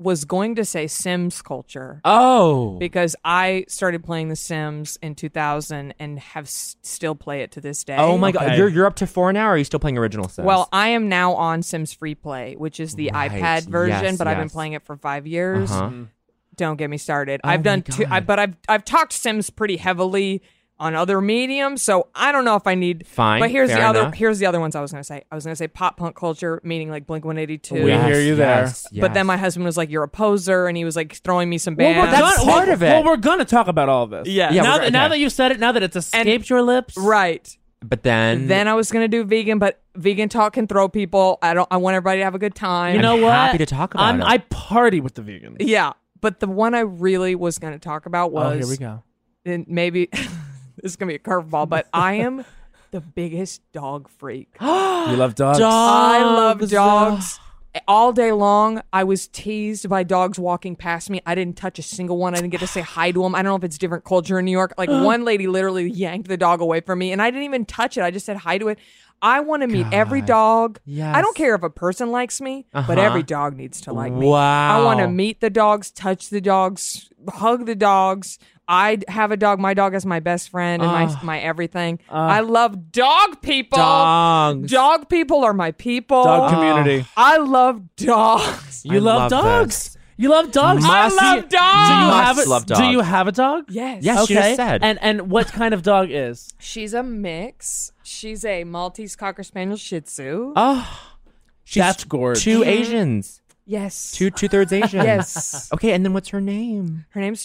was going to say Sims culture Oh, because I started playing The Sims in 2000 and have s- still play it to this day. oh my Okay. God! You're you're up to four now. Or are you still playing original Sims? Well, I am now on Sims Free Play, which is the Right. iPad version, Yes, but I've been yes. playing it for five years. Uh-huh. Don't get me started. Oh I've my done two, I, God. but I've I've talked Sims pretty heavily on other mediums, so I don't know if I need. Fine, but here's fair the other enough. here's the other ones I was gonna say. I was gonna say pop punk culture, meaning like Blink One Eighty Two. We hear you there. But then my husband was like, "You're a poser," and he was like throwing me some Well, bands. we're that's gonna- part well, of it. Well, we're going to talk about all of this. Yeah. Yeah, now, we're that, gonna- now yeah. that you've said it, now that it's escaped your lips. right. but then then I was gonna do vegan, but vegan talk can throw people. I don't. I want everybody to have a good time. You know I'm what? happy to talk about I'm, it. I party with the vegans. Yeah. But the one I really was going to talk about was. Oh, here we go. And maybe this is going to be a curveball, but I am the biggest dog freak. you love dogs. I love Dogs. dogs. All day long, I was teased by dogs walking past me. I didn't touch a single one. I didn't get to say hi to them. I don't know if it's different culture in New York. Like one lady literally yanked the dog away from me, and I didn't even touch it. I just said hi to it. I want to meet every dog. I don't care if a person likes me, but Uh-huh. every dog needs to like me. Wow. I want to meet the dogs, touch the dogs, hug the dogs. I have a dog. My dog is my best friend and Ah. my my everything. I love dog people. Dogs. Dog people are my people. Ah. Dog community. I love dogs. You love, dogs. You love dogs. I love Do you- Do you dogs. have a, love Do you dogs. have a dog? Yes. Yes, okay. you just said. And and what kind of dog is? She's a mix. She's a Maltese Cocker Spaniel Shih Tzu. Oh, she's That's gorgeous. Two Asians, yes. two two thirds Asian. Yes. Okay, and then what's her name? Her name's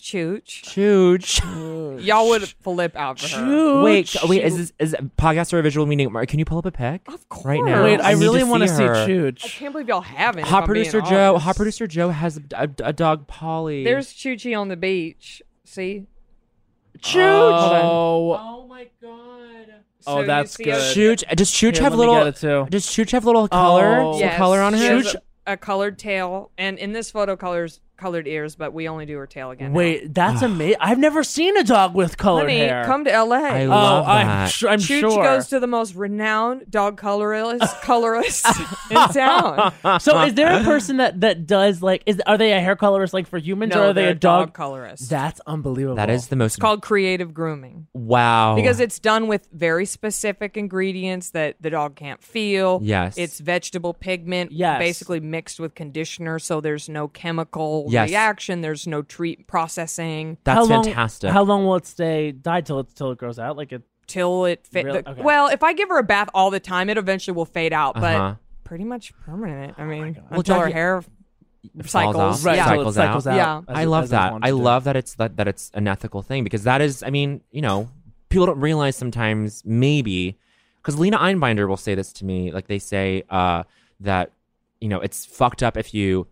Chooch. Huge. Y'all would flip out for her. Wait, oh, wait. Is this is a podcast or a visual meeting? Mar- Can you pull up a pic? Of course. Right now. Wait, I, need really want to see her. I Chooch. can't believe y'all haven't. if Hot I'm being producer Joe. honest. Hot producer Joe has a, a- a dog, Polly. There's Choochie on the beach. See? Chooch. Oh. my god. Oh, you that's see her- good. Chooch. Does Chooch Here, have let me get little? it, too. Does Chooch have little color? Oh. some Yes. color on She her? has A, a colored tail, and in this photo, colors colored ears, but we only do her tail again. now. Wait, that's amazing. I've never seen a dog with colored honey, hair. come to L.A. I oh, love I'm, that. su- I'm Chooch sure. goes to the most renowned dog colorist, colorist in town. so, is there a person that that does like? Is are they a hair colorist like for humans, or No, are they they're a dog? colorist. That's unbelievable. That is the most it's called creative grooming wow. because it's done with very specific ingredients that the dog can't feel. Yes. it's vegetable pigment, Yes. basically mixed with conditioner, so there's no chemical Yes. reaction, there's no treat processing. that's how long, fantastic. How long will it stay? Die till it till it grows out. Like it. till it fit. Really? The, Okay. Well, if I give her a bath all the time, it eventually will fade out, Uh-huh. but pretty much permanent. I mean, God. until Well, her Jackie- hair It falls cycles. off, Right, Yeah. so it cycles cycles out. out. Yeah. as I it- love as it that. wants I to. love that it's that, that it's an ethical thing because that is, I mean, you know, people don't realize sometimes maybe because Lena Einbinder will say this to me, like they say uh, that you know it's fucked up if you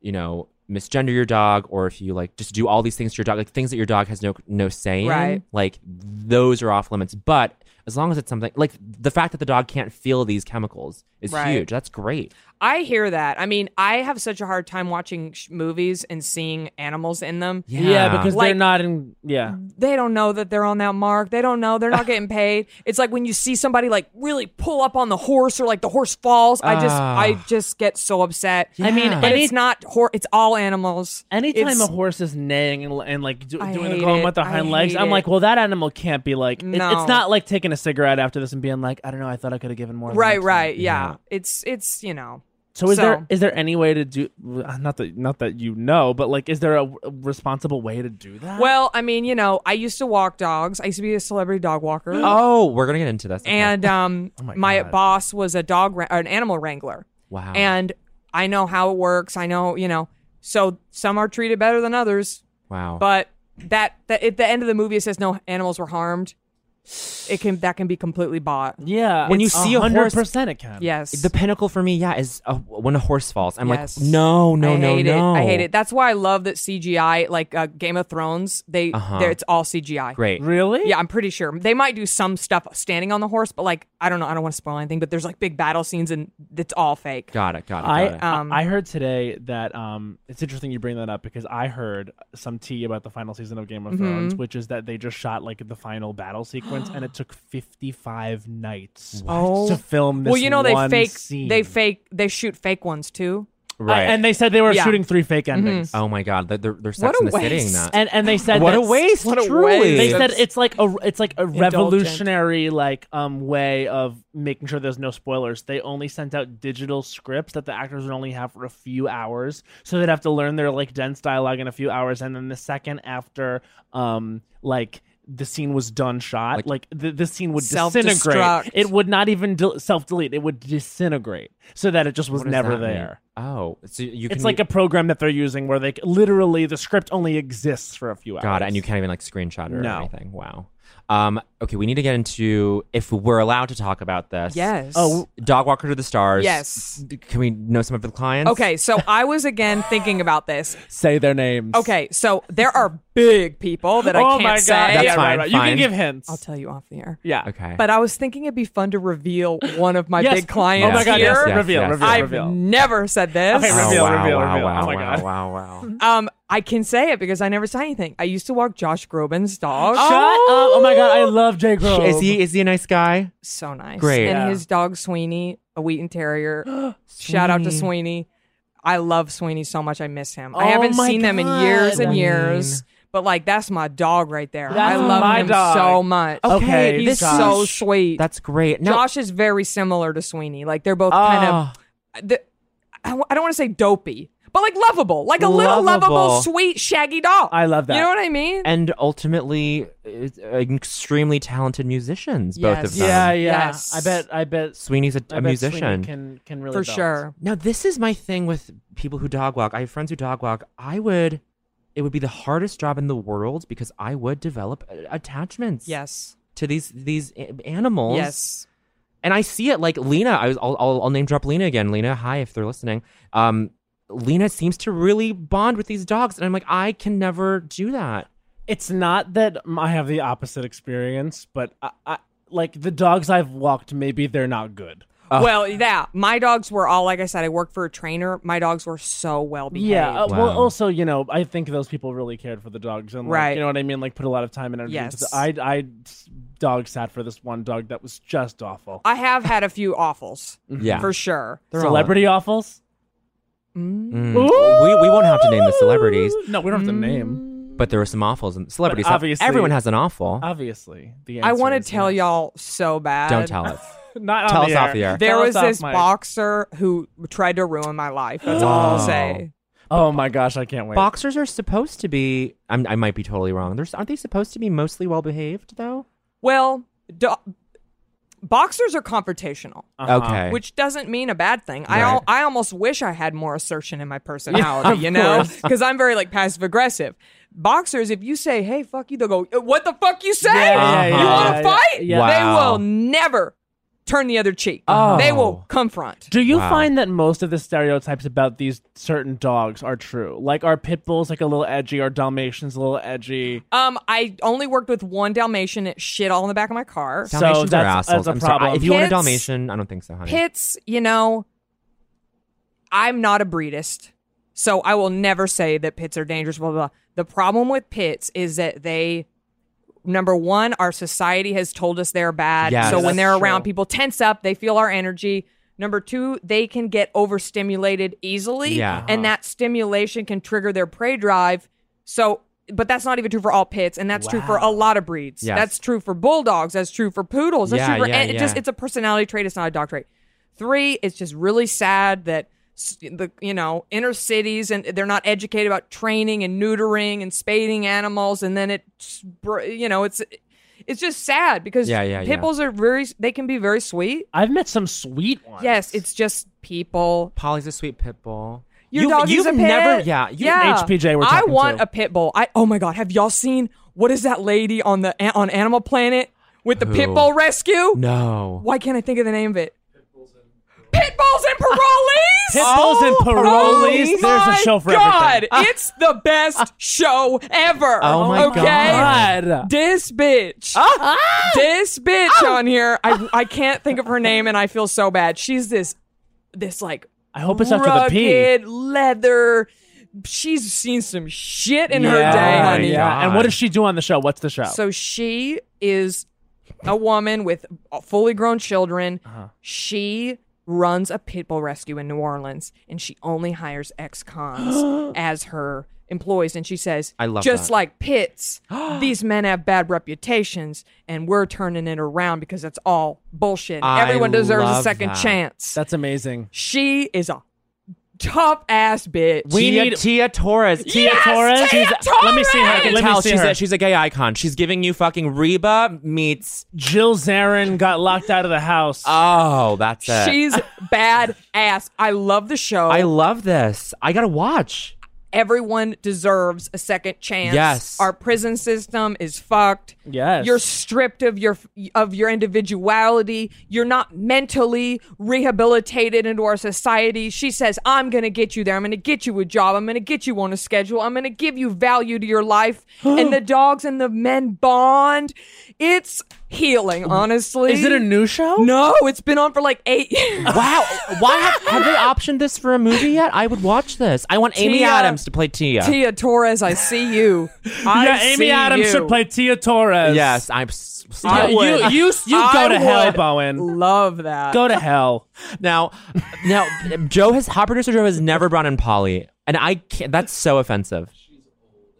you know misgender your dog or if you like just do all these things to your dog, like things that your dog has no no say in. Right. Like those are off limits, but. As long as it's something like the fact that the dog can't feel these chemicals is Right. huge. That's great. I hear that. I mean, I have such a hard time watching sh- movies and seeing animals in them. Yeah, because they're Like- not in. Yeah. They don't know that they're on that mark. They don't know they're not getting paid. It's like when you see somebody like really pull up on the horse or like the horse falls. I just, Ah. I just get so upset. I mean, but any- it's not. Hor- it's all animals. Anytime It's- a horse is neighing and, and like do, I doing the hate going it. with the I hind legs, hate I'm it. like, well, that animal can't be like. it- No. it's not like taking a cigarette after this and being like, I don't know, I thought I could have given more. the right, next time." right, yeah. It's, it's you know. So is there So- is there any way to do uh, not that not that you know, but like is there a, w- a responsible way to do Uh-huh. that? Well, I mean, you know, I used to walk dogs. I used to be a celebrity dog walker. Oh, we're gonna get into this. Okay. Oh And um, my my, God. boss was a dog wra- or an animal wrangler. wow, And I know how it works. I know, you know. So some are treated better than others, wow, but that, that at the end of the movie it says no animals were harmed. It can that can be completely bought. yeah, when you it's see a horse- hundred percent, it can. Yes. The pinnacle for me, yeah, is uh, when a horse falls. I'm Yes. like, no, no, I no, hate no. it. I hate it. That's why I love that CGI, like uh, Game of Thrones. They, Uh-huh. they're it's all CGI. Great. Really? Yeah, I'm pretty sure they might do some stuff standing on the horse, but like I don't know, I don't want to spoil anything. But there's like big battle scenes and it's all fake. Got it. Got it. I got it. Um, I heard today that um it's interesting you bring that up because I heard some tea about the final season of Mm-hmm. Game of Thrones, which is that they just shot like the final battle sequence and it took fifty five nights Oh. to film this. well, you know they one fake, scene. they fake, they shoot fake ones too. I- right. and they said they were Yeah. Mm-hmm. shooting three fake endings. oh my god, they're they're What Sex in a the City in waste. that. and and they said What a that- waste, What a truly. waste. They said That's- it's like a it's like a Indulgent. revolutionary like um way of making sure there's no spoilers. They only sent out digital scripts that the actors would only have for a few hours, so they'd have to learn their like dense dialogue in a few hours, and then the second after um like. The scene was done shot. Like, Like- the, the scene would Self-destruct. disintegrate. It would not even del self delete. It would disintegrate, so that it just was What does never that mean? there Oh, so you can it's like a program that they're using where they c- literally the script only exists for a few hours. got it, and you can't even like screenshot it or No. anything. Wow. Um, okay, we need to get into if we're allowed to talk about this. Yes. Oh. Dog Walker to the Stars. Yes. D- Can we know some of the clients? Okay, so I was again thinking about this. Say their names. Okay, so there are big people that I Oh can't my God. say. That's Yeah, fine. right, right. You can fine. give hints. I'll tell you off the air. Yeah. Okay. But I was thinking it'd be fun to reveal one of my Yes. big clients Oh my God, here. yes, yes, Reveal, yes. reveal, I've reveal. never said this. Okay, Wow, reveal, wow, reveal, wow, reveal. Wow, Oh my wow, God. wow, wow. Um, I can say it because I never said anything. I used to walk Josh Groban's dog. Shut up. Oh my God. I love Jay Grove. Is he is he a nice guy? so nice. Great. And Yeah. his dog Sweeney, a Wheaton Terrier. Shout out to Sweeney. I love Sweeney so much. I miss him. I Oh haven't my seen them in years and God. years. But like that's my dog right there. That's I love my him dog. so much. Okay, this is Josh. so sweet. That's great. No, Josh is very similar to Sweeney. Like they're both kind Ah. of, the, I w- I don't want to say dopey, but like lovable, like a little Lovable. lovable, sweet, shaggy dog. I love that. You know what I mean? and ultimately it's, uh, extremely talented musicians, both of Yes. them. Yeah, yeah. Yes. I bet. I bet. Sweeney's a, I a bet Sweeney musician. can can really For belt. sure. Now, this is my thing with people who dog walk. I have friends who dog walk. I would, it would be the hardest job in the world because I would develop uh, attachments. Yes. To these these a- animals. Yes. And I see it like Lena. I was. I'll, I'll, I'll name drop Lena again. Lena, hi, if they're listening. Um, Lena seems to really bond with these dogs, and I'm like, I can never do that. It's not that m- I have the opposite experience, but I, I like the dogs I've walked. Maybe they're not good. Well, yeah. My dogs were all like I said. I worked for a trainer. My dogs were so well behaved. Yeah. uh, Wow. Well, also, you know, I think those people really cared for the dogs and, like, Right. you know what I mean? Like, put a lot of time and energy into the. Yes. I, I s- dog sat for this one dog that was just awful. I have had a few awfuls Mm-hmm. Yeah. for sure. Celebrity awfuls? Mm. We we won't have to name the celebrities, No, we don't have to Mm. name. but there were some awfuls and celebrities. But have- obviously- everyone has an awful. Obviously. The I answer want is to tell yes. y'all so bad. uh, Don't tell us. Not on Tell the us off air. the air. There Tell us was off this mic. boxer who tried to ruin my life. That's all I'll Wow. say. Oh my gosh, I can't wait. Boxers are supposed to be. I'm, I might be totally wrong. There's, aren't they supposed to be mostly well behaved though? Well, do- boxers are confrontational. Uh-huh. Okay. Which doesn't mean a bad thing. I Right. al- I almost wish I had more assertion in my personality, you know, course. because I'm very like passive aggressive. Boxers, if you say "Hey, fuck you," they'll go, "Uh, "What the fuck you say? Yeah, yeah, you yeah, want to yeah, fight? yeah. They Wow. will never turn the other cheek. Oh. They will confront. Do you Wow. find that most of the stereotypes about these certain dogs are true? Like, are pit bulls like a little edgy? Are Dalmatians a little edgy? Um, I only worked with one Dalmatian. It shit all in the back of my car. So Dalmatians are that's- assholes. that's a I'm sorry. I- problem. If you want a Pits- Dalmatian, I don't think so, honey. Pits, you know, I'm not a breedist, so I will never say that pits are dangerous. Blah blah. blah. The problem with pits is that they, number one, our society has told us they're bad. Yes. so That's when they're around, true. people tense up. They feel our energy. Number two, they can get overstimulated easily, Yeah. and that stimulation can trigger their prey drive. So. But that's not even true for all pits, and that's true for a lot of breeds. Yes. That's true for bulldogs. That's true for poodles. That's Yeah, true for yeah, and it just yeah. it's a personality trait. It's not a dog trait. Three, it's just really sad that s- the you know inner cities and they're not educated about training and neutering and spading animals, and then it you know it's it's just sad because Yeah, yeah, pit yeah. bulls are very they can be very sweet. I've met some sweet ones. Yes, it's just people. Polly's a sweet pit bull. Your you, dog is you've a pit. never, yeah, you, yeah. HPJ we're I talking want to. a pit bull. I oh my god, have y'all seen what is that lady on the on Animal Planet with the pit Who? bull rescue? no. Why can't I think of the name of it? Pit bulls and Ah, parolees. Pit bulls and parolees? Oh There's a my show for God, everything. it's the best show ever. Oh my okay? God. This bitch, Ah. this bitch on here. I I can't think of her name, and I feel so bad. She's this, this like I hope it's rugged after the P. leather. She's seen some shit in her Yeah, day, Oh my honey. Yeah. And God. what does she do on the show? What's the show? So she is a woman with fully grown children. She runs a pit bull rescue in New Orleans, and she only hires ex-cons as her employees. And she says, I love just that. like pits, these men have bad reputations, and we're turning it around because that's all bullshit. I Everyone deserves a love second that. chance. That's amazing. she is a tough ass bitch. We Tia, need- Tia Torres. Tia Yes, Torres? Tia She's- let me see her. Torres! I can Let me tell see she's her. a, she's a gay icon. She's giving you fucking Reba meets. Jill Zarin got locked out of the house. Uh, Oh, that's it. She's bad ass. I love the show. I love this. I gotta watch. Everyone deserves a second chance. Yes. Our prison system is fucked. Yes. You're stripped of your of your individuality. You're not mentally rehabilitated into our society. She says, "I'm going to get you there. I'm going to get you a job. I'm going to get you on a schedule. I'm going to give you value to your life." and the dogs and the men bond. It's healing, honestly. Is it a new show? No, it's been on for like 8 years. Wow. Why have, have they optioned this for a movie yet? I would watch this. I want Amy Tia- Adams to play Tia. Tia Torres, I see you. I yeah, Amy see Adams you. should play Tia Torres. Yes, I'm. s- s- I You, you, would. you, you I go to hell, would Bowen. Love that. Go to hell. Now, now, Joe has hot producer Joe has never brought in Polly, and I can't. That's so offensive.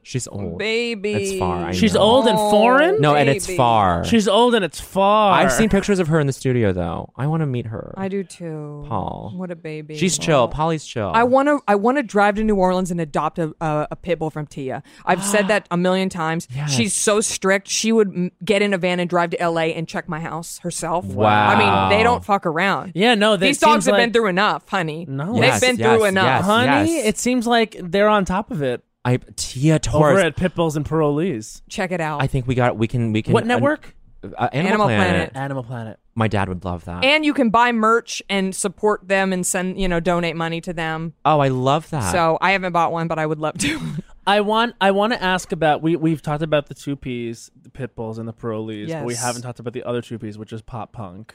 She's old. baby. It's far, I She's know. old and Oh, foreign? No, and it's baby. far. She's old and it's far. I've seen pictures of her in the studio though. I want to meet her. I do too. Paul. What a baby. She's chill. Polly's chill. I want to. I want to drive to New Orleans and adopt a, a, a pit bull from Tia. I've said that a million times. She's so strict. She would m- get in a van and drive to L.A. and check my house herself. Wow. I mean, they don't fuck around. Yeah, no, that These dogs seems have like, been through enough, honey. No. Yes, they've been yes, through enough. yes. Honey, Yes. it seems like they're on top of it I Tia over Torres. at Pitbulls and Parolees. Check it out. I think we got. We can. We can. What network? Uh, uh, Animal, Animal Planet. Planet. Animal Planet. My dad would love that. and you can buy merch and support them and send you know donate money to them. oh, I love that. So I haven't bought one, but I would love to. I want I want to ask about we we've talked about the two P's, the Pitbulls and the Parolees, but we Yes. haven't talked about the other two P's, which is pop punk.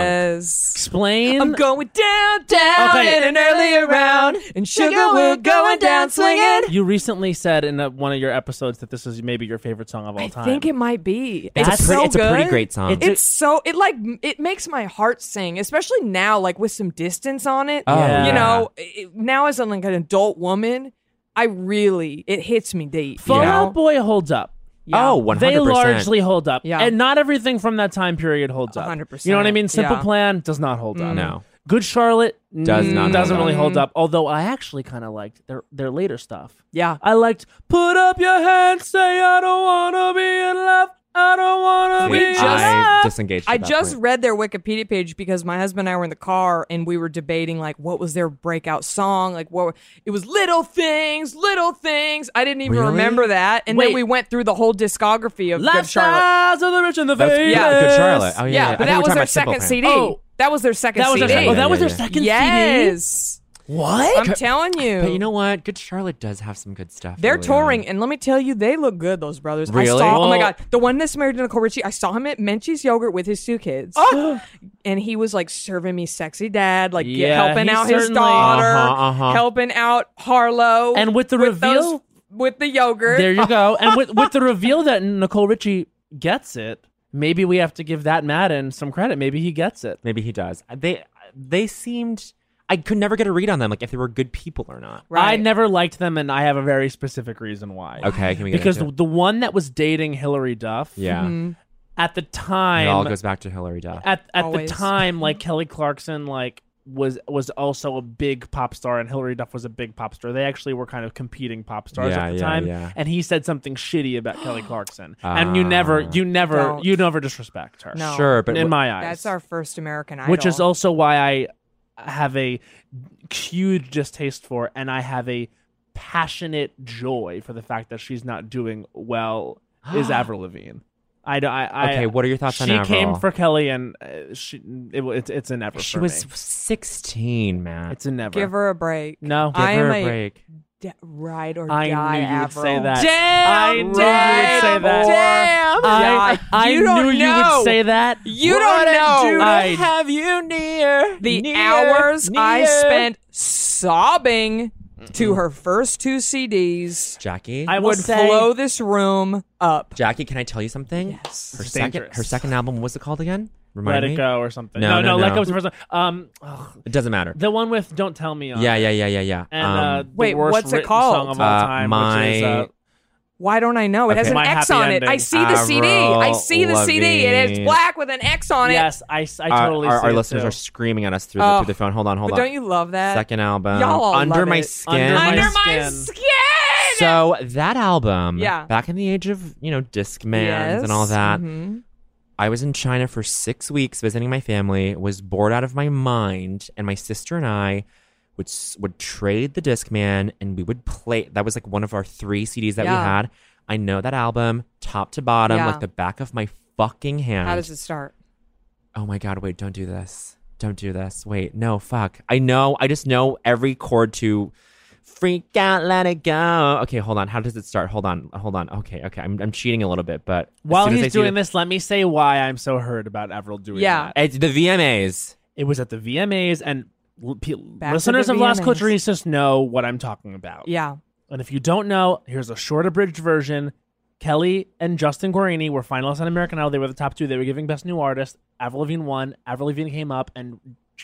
yes. Explain. I'm going down, down Okay. in an earlier round, and sugar, we're going down swinging. You recently said in uh one of your episodes that this is maybe your favorite song of all I time. think it might be. it's it's a pretty, so it's a pretty good. great song. It's- It's so it like it makes my heart sing, especially now, like with some distance on it. Oh, Yeah. You know, it, now as an, like an adult woman, I really it hits me deep. you Fall know? Out Boy holds up. Yeah. Oh, 100%. They largely hold up. Yeah. And not everything from that time period holds up. 100%. You know what I mean? Simple Yeah. Plan does not hold up. No. Good Charlotte Does mm, not hold doesn't up. really hold up. Although I actually kind of liked their their later stuff. yeah. I liked Put Up Your Hands, Say I Don't Wanna Be in Love, I Don't Wanna Wait, Be in I Love. disengaged. at I that just point. read their Wikipedia page because my husband and I were in the car and we were debating like what was their breakout song, like what were- it was little things, little things. I didn't even Really? remember that. And Wait. then we went through the whole discography of Good Charlotte. Lifestyles of the Rich and the That's Famous. Yeah. Good Charlotte. Oh yeah, Yeah, yeah. I thought we were but that was talking their about Simple second Plan. CD. Oh. That was their second That was CD. their second. Oh, Yeah, that was yeah, their yeah. second CD. yes. What? I'm telling you. But you know what? Good Charlotte does have some good stuff. Oh, They're early touring, on. and let me tell you, they look good. Those brothers. I Really? saw, oh my Well- god, the one that's married to Nicole Richie. I saw him at Menchie's Yogurt with his two kids, oh! and he was like serving me sexy dad, like get- Yeah, helping he out his certainly- daughter, Uh-huh, uh-huh. helping out Harlow, And with the those- reveal- with the yogurt. There you go. And with, with the reveal that Nicole Richie gets it, maybe we have to give that Madden some credit. Maybe he gets it. Maybe he does. They they seemed. I could never get a read on them, like if they were good people or not. right. I never liked them, and I have a very specific reason why. Okay, can we get Because into the, the one that was dating Hillary Duff, it? yeah, Mm-hmm. at the time, it all goes back to Hillary Duff. at at Always. Mm-hmm. the time, like Kelly Clarkson, like was was also a big pop star, and Hillary Duff was a big pop star. They actually were kind of competing pop stars Yeah, at the yeah, time. yeah. And he said something shitty about Kelly Clarkson, and you never, Ah. you never, Don't. you never disrespect her. No. Sure, but in wh- my eyes, That's our first American Idol, which is also why I have a huge distaste for, and I have a passionate joy for the fact that she's not doing well. Is Avril Lavigne? I, do- I, I okay, what are your thoughts on she Avril? came for Kelly, and uh, she it, w- it's it's a never. She for was me. sixteen, man. It's a never. give her a break. no. I Give her am a a- break. D- ride or I die. knew you would Avril. say that. Damn, I knew you would damn, say that. Damn, I, I you don't knew you know. would say that. You don't know. I- have you near the hours I spent sobbing to her first two CDs Jackie, I will would say- blow this room up. Jackie, can I tell you something? Yes. Her It's second, dangerous. her second album. What's it called again? Remind Let me. it go or something. No, No, no, no, let no. go was the first one. Um, ugh, It doesn't matter. the one with "Don't Tell Me" on. yeah, it. yeah, yeah, yeah, yeah. And uh, Um, the Wait, worst what's it written Song called? of all Uh, time, which is, my- uh, Why don't I know? It has Okay. an My X happy on it. I ending. see the CD. I see the CD. It is Avril black with an X on it. yes, I, s- I our- totally. our, see our it listeners too. are screaming at us through, Oh. the, through the phone. Hold on, hold but on. don't you love that? Second album. Y'all all Under love my it. skin. Under My Under my Skin. skin. so that album, Yeah. back in the age of you know Discmans Yes. and all that, Mhm. I was in China for six weeks visiting my family, was bored out of my mind, and my sister and I would s- would trade the Discman, and we would play. That was like one of our three CDs that we Yeah. had. I know that album top to bottom, Yeah. like the back of my fucking hand. How does it start? oh my god! Wait, don't do this. Don't do this. Wait, no, fuck. I know. I just know every chord to. Freak out, let it go. Okay, hold on. How does it start? Hold on, hold on. Okay, okay. I'm, I'm cheating a little bit, but as While soon as I he's see the- doing this, let me say why I'm so hurt about Avril doing Yeah. that. It's eh, the VMAs. It was at the VMAs, and l- pe- to listeners the of Las VMAs. Culturistas know what I'm talking about. Yeah. And if you don't know, here's a short abridged version. Kelly and Justin Guarini were finalists on American Idol. They were the top two. They were giving Best New Artist. Avril Lavigne won. Avril Lavigne came up, and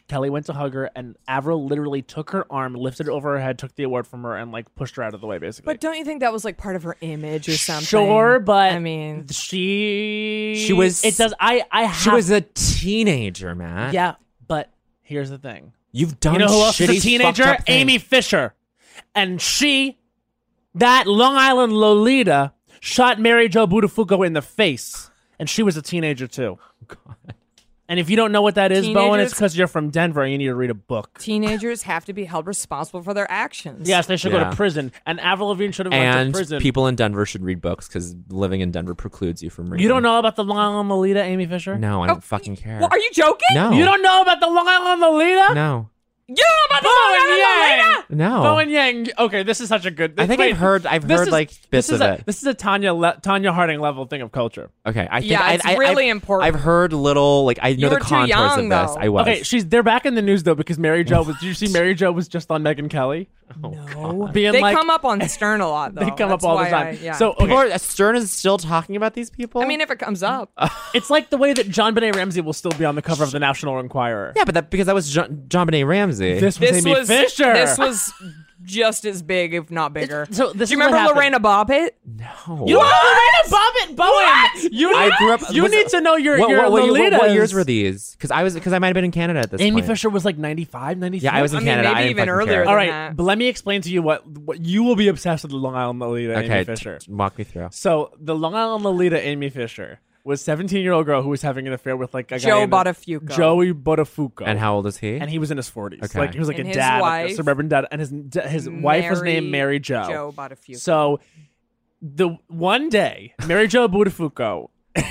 Kelly went to hug her, and Avril literally took her arm, lifted it over her head, took the award from her, and like pushed her out of the way, basically. But don't you think that was like part of her image or something? Sure, but I mean, she She was- It does. I I have, She was a teenager, man. yeah. But here's the thing. You've done you know who else is a shitty, fucked teenager? up things. Amy Fisher, and she, that Long Island Lolita, shot Mary Jo Budafuoco in the face, and she was a teenager too. And if you don't know what that is, Bowen, it's Teenagers- because you're from Denver and you need to read a book. teenagers have to be held responsible for their actions. Yes, they should go Yeah. to prison. And Avril Lavigne should have went And to prison. people in Denver should read books because living in Denver precludes you from reading. you don't know about the Long Island Lolita, Amy Fisher? No, I don't fucking care. Oh, Well, are you joking? No. You don't know about the Long Island Lolita? No. You know about the Bowen Long Island Yang. Lolita? No. Bowen Yang. Okay, this is such a good. Oh. I think wait, I've heard. I've this heard is- like bits this is of a, it. This is a Tanya le- Tanya Harding level thing of culture. Okay, I think Yeah, I, it's I, really I've- important. I've heard little. Like I know You the were too contours young, of this. though. I was. Okay, she's they're back in the news though because Mary Jo was. Did you see Mary Jo was just on Megan Kelly? No. Being They like- come up on Stern a lot, though. They come That's up all the why time. I- yeah. So okay, People are- Stern is still talking about these people. I mean, if it comes up, it's like the way that John Benet Ramsey will still be on the cover of the National Enquirer. yeah, but that because that was John, John Benet Ramsey. This was this Amy was Fisher. this was just as big, if not bigger. so this Do you is what remember happened. Lorena Bobbitt? no. You don't know Lorena Bobbitt, Bowen. You I grew up. You was- need to know your what, your what, what, year- what Lolitas. years were these? Because I was because I might have been in Canada at this Amy point. Fisher was like 95, 94. Yeah, I was in I mean, Canada. maybe I didn't even fucking earlier care. than All right, that. but let me explain to you what what you will be obsessed with the Long Island Lolita Okay, Amy Fisher. t- walk me through. So the Long Island Lolita Amy Fisher was 17 year old girl who was having an affair with like a Joe guy named Buttafuoco. Joey Buttafuoco. And how old is he? And he was in his 40s. Okay. Like he was like And a his dad, like a wife- suburban dad, and his d- his wife was named Mary Jo. Joe bought a few. So the one day Mary Jo Buttafuoco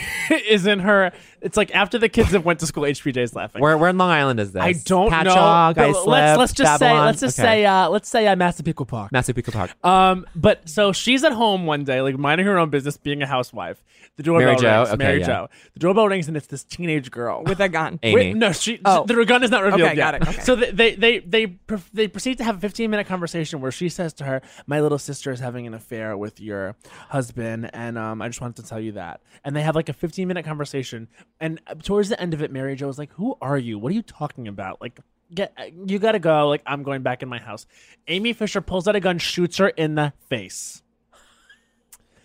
is in her. It's like after the kids have went to school. HPJ's laughing. where, where in Long Island is this? I don't know. Patchogue, but I let's Slip, let's just say Babylon? let's just Okay. say uh, let's say uh, Massapequa Park. Massapequa Park. Um, but so she's at home one day, like minding her own business, being a housewife. The doorbell Mary Jo? rings. Okay, Mary yeah. Jo. The doorbell rings, and it's this teenage girl with a gun. Amy. Wait, no, she. Oh. The gun is not revealed Okay, yet. got it, okay. So they they they they, pre- they proceed to have a 15 minute conversation where she says to her, "My little sister is having an affair with your husband, and um, I just wanted to tell you that." And they have like a 15 minute conversation, and uh, towards the end of it, Mary Jo is like, "Who are you? What are you talking about? Like." Get, uh, you gotta go. Like I'm going back in my house. Amy Fisher pulls out a gun, shoots her in the face.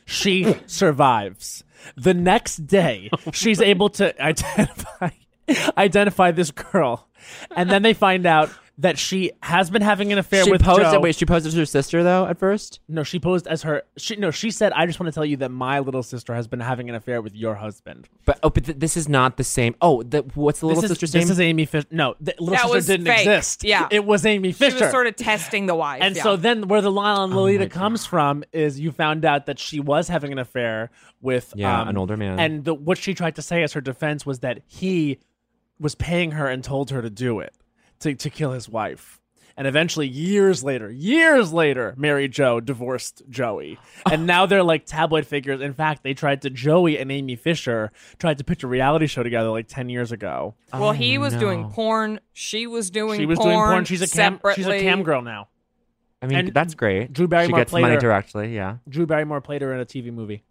She survives. The next day, she's able to identify identify this girl, and then they find out that she has been having an affair She with posed. Joe. Wait, she posed as her sister though at first. No, she posed as her. She no, she said, "I just want to tell you that my little sister has been having an affair with your husband." But oh, but th- this is not the same. Oh, the, what's the little this sister's is, This name? is Amy Fisher. No, the little That sister was didn't fake. exist. Yeah. it was Amy She Fisher. was sort of testing the wife. And yeah. so then where the line Oh on Lolita comes from is you found out that she was having an affair with Yeah, um, an older man. And the, what she tried to say as her defense was that he was paying her and told her to do it to, to kill his wife. And eventually, years later, years later, Mary Jo divorced Joey. And now they're like tabloid figures. In fact, they tried to, Joey and Amy Fisher tried to pitch a reality show together like 10 years ago. well, he Oh, was no. doing porn. She was doing. She was porn doing porn. She's a cam, she's a separately. cam girl now. I mean, and that's great. Drew Barrymore She gets played money her. directly. Yeah. Drew Barrymore played her in a TV movie.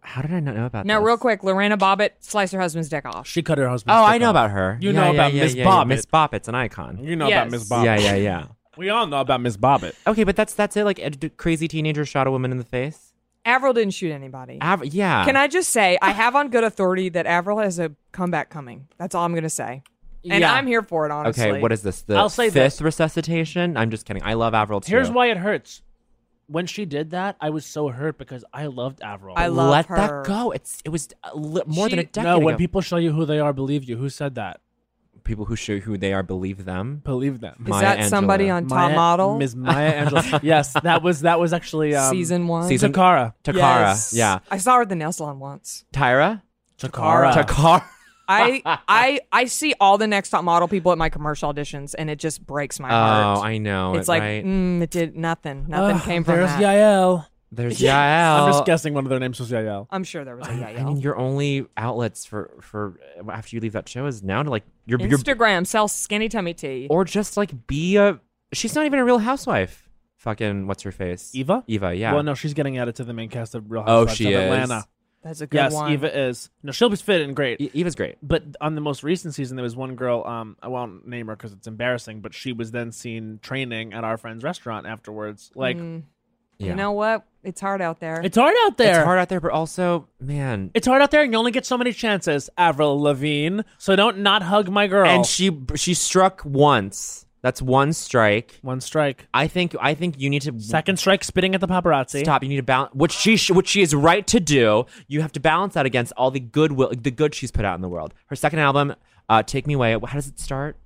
How did I not know about Now, this? real quick, Lorena Bobbitt sliced her husband's dick off. She cut her husband. Oh, I know about her. You Yeah, know yeah, about yeah, Miss yeah, yeah. Bobbitt. Miss Bobbitt's an icon. You know about Yes. Miss Bobbitt. Yeah, yeah, yeah. We all know about Miss Bobbitt. okay, but that's that's it. Like a d- crazy teenager shot a woman in the face. Avril didn't shoot anybody. Av- yeah. Can I just say I have on good authority that Avril has a comeback coming. That's all I'm gonna say, and Yeah. I'm here for it. Honestly, Okay, what is this? The I'll say fifth this. resuscitation. I'm just kidding. I love Avril too. Here's why it hurts. When she did that, I was so hurt because I loved Avril. I love Let her. uh, that go. It's it was a li- more than a She- decade. no, when ago. people show you who they are, believe you. Who said that? people who show who they are believe them. Believe them. Is that somebody on Top Maya- Model? Ms. Maya Angelou. yes, that was that was actually um, Season one? Season- Takara. Takara, yeah. I saw her at the nail salon once. Tyra? Takara. Takara. I I I see all the next top model people at my commercial auditions, and it just breaks my heart. Oh, I know. It's it, like right? mm, it did nothing. Nothing Ugh, came from There's that. Yael. There's Yael. I'm just guessing one of their names was Yael. I'm sure there was a I Yael. mean, your only outlets for for uh, after you leave that show is now to like your your Instagram sells skinny tummy tea. or just like be a. She's not even a Real Housewife. Fucking what's her face? Eva? Eva. Yeah. Well, no, she's getting added to the main cast of Real Oh, Housewives she of is? Atlanta. That's a good Yes, one. Eva is. No, she'll be fit and great. E- Eva's great. But on the most recent season, there was one girl. Um, I won't name her because it's embarrassing. But she was then seen training at our friend's restaurant afterwards. Like Mm. Yeah. you know what? It's hard out there. it's hard out there. It's hard out there, but also, man. It's hard out there, and you only get so many chances, Avril Lavigne. So don't not hug my girl. And she she struck once. That's one strike. one strike, I think I think you need to second strike, spitting at the paparazzi. Stop. You need to balance what she sh- what she is right to do. You have to balance that against all the goodwill, the good she's put out in the world. Her second album, uh, "Take Me Away." How does it start?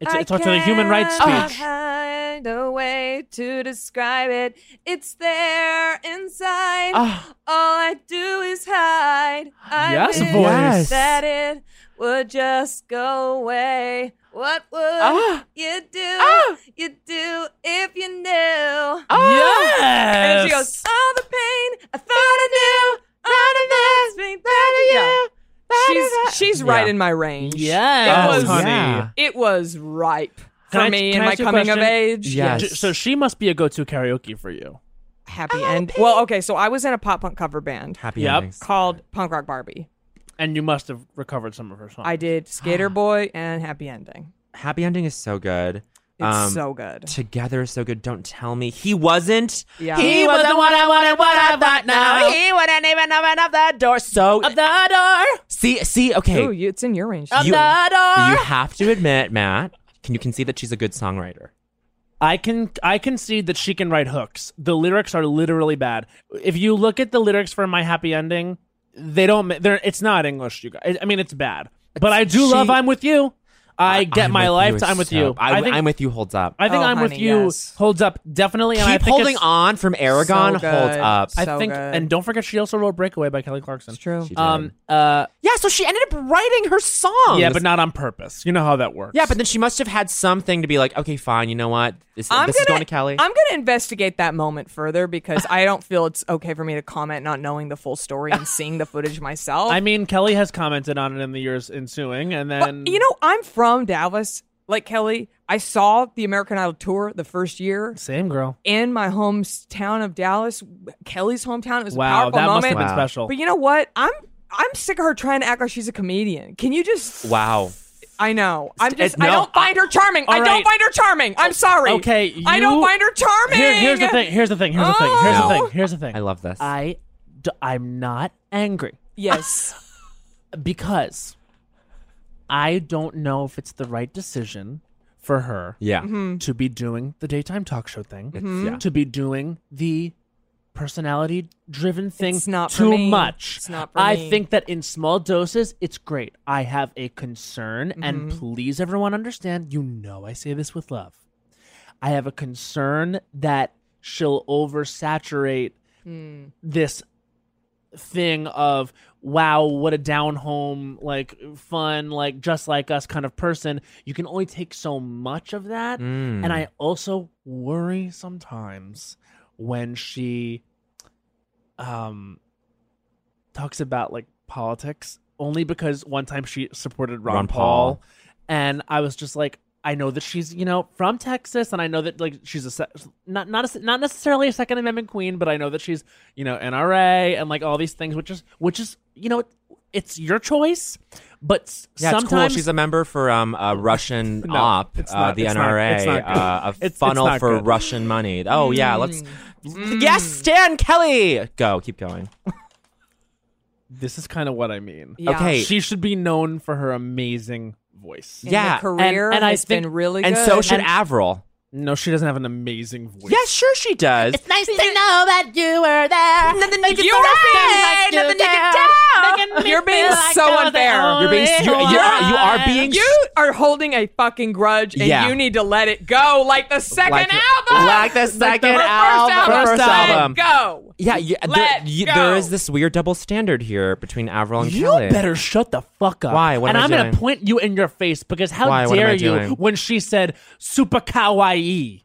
It's, it's also a human rights cannot speech. Find a way to describe it. It's there inside. Ah. All I do is hide. I Yes, wish voice. Yes. that it would just go away. What would Ah. you do? Ah. You do if you knew. Yes. Oh, And she goes, all the pain I thought I knew. All the pain that I She's she's right Yeah. in my range. Yes, It was- honey. Yeah. It was ripe for Can I- me can in I my ask you a coming of question? age. Yeah. J- So she must be a go-to karaoke for you. Happy end. Well, okay, so I was in a pop punk cover band Happy Yep. endings. called Punk Rock Barbie. And you must have recovered some of her songs. I did Skater Boy and Happy Ending. Happy ending is so good. It's Um, so good. Together is so good. Don't tell me he wasn't. Yeah. He wasn't what I wanted. What I thought now. He wouldn't even open up the door. So up the door. See, see. Okay. Ooh, you, it's in your range. you, door. you have to admit, Matt. Can you can see that she's a good songwriter. I can I concede that she can write hooks. The lyrics are literally bad. If you look at the lyrics for My Happy Ending, they don't. ma- They're it's not English, you guys. I mean, it's bad. But I do She- love "I'm with You." I get I'm my with you is lifetime with so- you. I, I think am with you holds up. I think Oh, "I'm with honey, You" yes. holds up definitely. and I Keep think holding it's- on from Aragon So holds good. up. I So think, good. and don't forget, she also wrote "Breakaway" by Kelly Clarkson. It's true. She did. Um. Uh. yeah, so she ended up writing her song. Yeah, but not on purpose. You know how that works. Yeah, but then she must have had something to be like, okay, fine, you know what? This, I'm this gonna, is going to Kelly. I'm gonna investigate that moment further because I don't feel it's okay for me to comment not knowing the full story and seeing the footage myself. I mean, Kelly has commented on it in the years ensuing, and But, then you know, I'm from Dallas. Like Kelly, I saw the American Idol tour the first year. same girl. in my hometown of Dallas, Kelly's hometown. It was Wow, a powerful that must moment. have been Wow. special. But you know what? I'm I'm sick of her trying to act like she's a comedian. Can you just? wow. I know. I'm St- just. no, I don't find her charming. eh, all I don't right. find her charming. I'm sorry. Okay, I don't you- find her charming. Here- here's the thing. Here's the thing. Here's the thing. Here's the Oh. thing. Here's the thing. I love this. I d- I'm not angry Yes. because I don't know if it's the right decision for her yeah. Mm. to be doing the daytime talk show thing, It's, yeah. to be doing the personality driven thing It's not for too me. much. It's not for I me. think that in small doses it's great. I have a concern and Mm-hmm. please everyone understand, you know I say this with love. I have a concern that she'll oversaturate Mm. this thing of wow what a down home like fun like just like us kind of person you can only take so much of that Mm. and i also worry sometimes when she um talks about like politics only because one time she supported ron, Ron paul, Paul. and i was just like I know that she's, you know, from Texas, and I know that like she's a se- not not a, se- not necessarily a Second Amendment queen, but I know that she's, you know, NRA and like all these things, which is which is, you know, it's your choice, but s- Yeah, it's cool. sometimes She's a member for um a Russian No, op, it's uh, not- the it's not- NRA, it's not good. uh, a It's- it's funnel not for good. Mm. Russian money. Oh yeah, let's. Mm. Yes, Stan Kelly. Go, keep going. this is kind of what I mean. Yeah. Okay. She should be known for her amazing voice. And yeah, The career and I has think- been really and good. so should Avril. No, she doesn't have an amazing voice. Yeah, sure she does. It's nice to know that you were there. Nothing you can say, nothing you can You're being so unfair. You're being you're, you're, you are being You are holding a fucking grudge, and Yeah. you need to let it go, like the second Like- album, like the second Her album, her first first album. album. Let Go. yeah, you, there, Let you, go. there is this weird double standard here between Avril and You Kelly. better shut the fuck up. Why? What and am I I'm gonna doing? point you in your face because how Why? What am I dare you doing? when she said super kawaii. You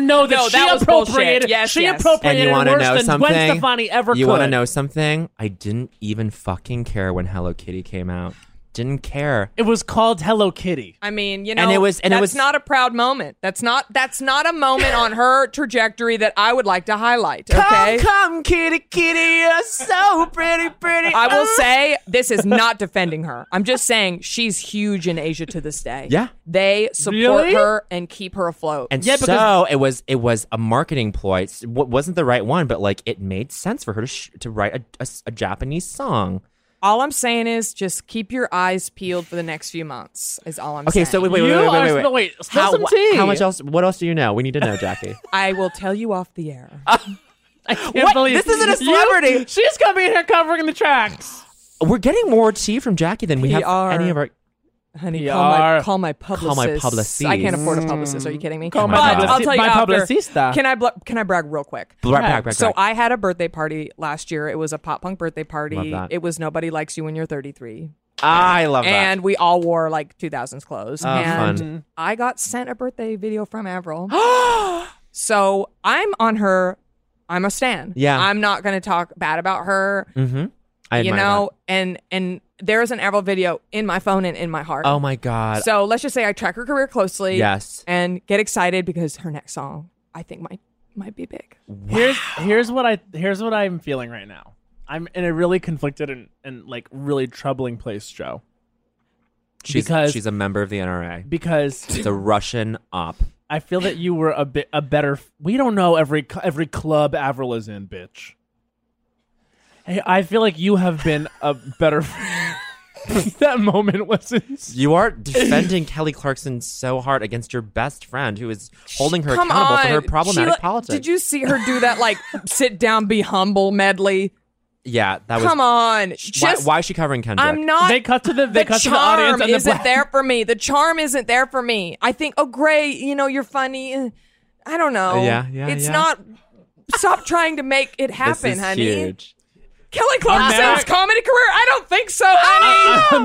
know that No, she that was bullshit. appropriated. Yes, she yes. and appropriated you want to worse know than something? Gwen Stefani ever you could. want to know something? I didn't even fucking care when Hello Kitty came out. Didn't care. It was called Hello Kitty. I mean, you know, And it was- and it that's was- not a proud moment. That's not that's not a moment on her trajectory that I would like to highlight. Okay, come, kitty, kitty, you're so pretty, pretty. Uh. I will say this is not defending her. I'm just saying she's huge in Asia to this day. Yeah. they support Really? her and keep her afloat. And so it was. It was a marketing ploy. It wasn't the right one, but like it made sense for her to sh- to write a, a s- a Japanese song. all I'm saying is just keep your eyes peeled for the next few months. Is all I'm Okay, saying. so wait, wait, wait, You wait, are- wait, wait, no, wait, spill How, some wha- tea. how much else? What else do you know? We need to know, Jackie. I will tell you off the air. Uh, I can't What? believe This isn't a You- celebrity. she's gonna be in here covering the tracks. We're getting more tea from Jackie than we PR. have any of our. Honey, PR. call my call my publicist. Call my I can't publicist. afford a publicist. Are you kidding me? Call my but publicist. I'll tell you My after. publicista. Can I bl- can I brag real quick? Bl- brag, brag, brag, so brag. I had a birthday party last year. It was a pop punk birthday party. Love that. It was nobody likes you when you're 33. I love that. And we all wore like 2000s clothes. Oh, and fun. I got sent a birthday video from Avril. so I'm on her. I'm a stan. Yeah. I'm not going to talk bad about her. Mm-hmm. I you admire know, and and there is an Avril video in my phone and in my heart. that. Oh my god. So let's just say I track her career closely. Yes. And get excited because her next song I think might might be big. Here's here's what I here's what I'm feeling right now. I'm in a really conflicted and, and like really troubling place, Joe. she's, because- she's a member of the NRA. Because It's a Russian op. I feel that you were a bit a better. We don't know every every club Avril is in, bitch. Hey, I feel like you have been a better. that moment was insane. You are defending Kelly Clarkson so hard against your best friend who is holding her Come accountable on. for her problematic Sheila, politics. Did you see her do that like sit down, be humble medley? Yeah, that was. Come on. Why, Just why is she covering Kendrick? I'm not They cut to the they the cut to the charm audience and the isn't black- there for me. The charm isn't there for me. I think, oh great, you know, you're funny. Eh, I don't know. Yeah, yeah, It's yeah. not stop trying to make it This happen, is honey. huge. Kelly Clarkson's America- comedy career? I don't think so, honey.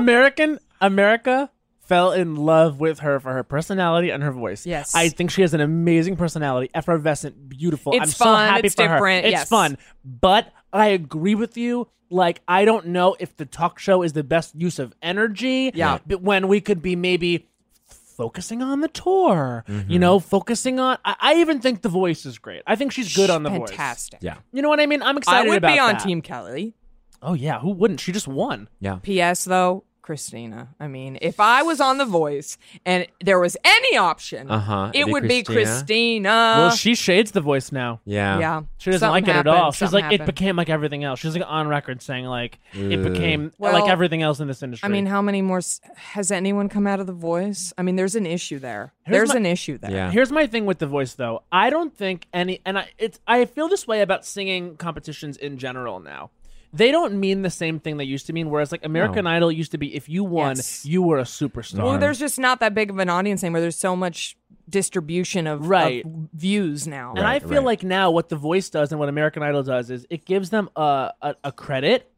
American America fell in love with her for her personality and her voice. Yes. I think she has an amazing personality, effervescent, beautiful. It's I'm so fun, happy it's for her. different, It's yes. fun, but I agree with you. Like I don't know if the talk show is the best use of energy. Yeah. but when we could be maybe focusing on the tour, you know, focusing on. I, I even think the voice is great. I think she's good on the voice. Fantastic. Yeah, You know what I mean? I'm I excited would about be on that. Team Kelly. Oh yeah, who wouldn't? She just won. yeah. P.S. though, Christina. I mean, if I was on The Voice and there was any option, Uh-huh, it it'd be would be Christina. well, she shades the voice now. Yeah. yeah, She doesn't Something like it at all. happened, She's something like, it happened. became like everything else. She's like on record saying like it Ugh. became Well, like everything else in this industry. I mean, how many more s- has anyone come out of The Voice? I mean, there's an issue there. Here's there's my- an issue there. Yeah. here's my thing with the voice though. I don't think any, and I it's I feel this way about singing competitions in general now. They don't mean the same thing they used to mean. Whereas like American No. Idol used to be, if you won, Yes. you were a superstar. Well, there's just not that big of an audience anymore. There's so much distribution of, of Right. views now. And I Right, feel right. like now what The Voice does and what American Idol does is it gives them a, a, a credit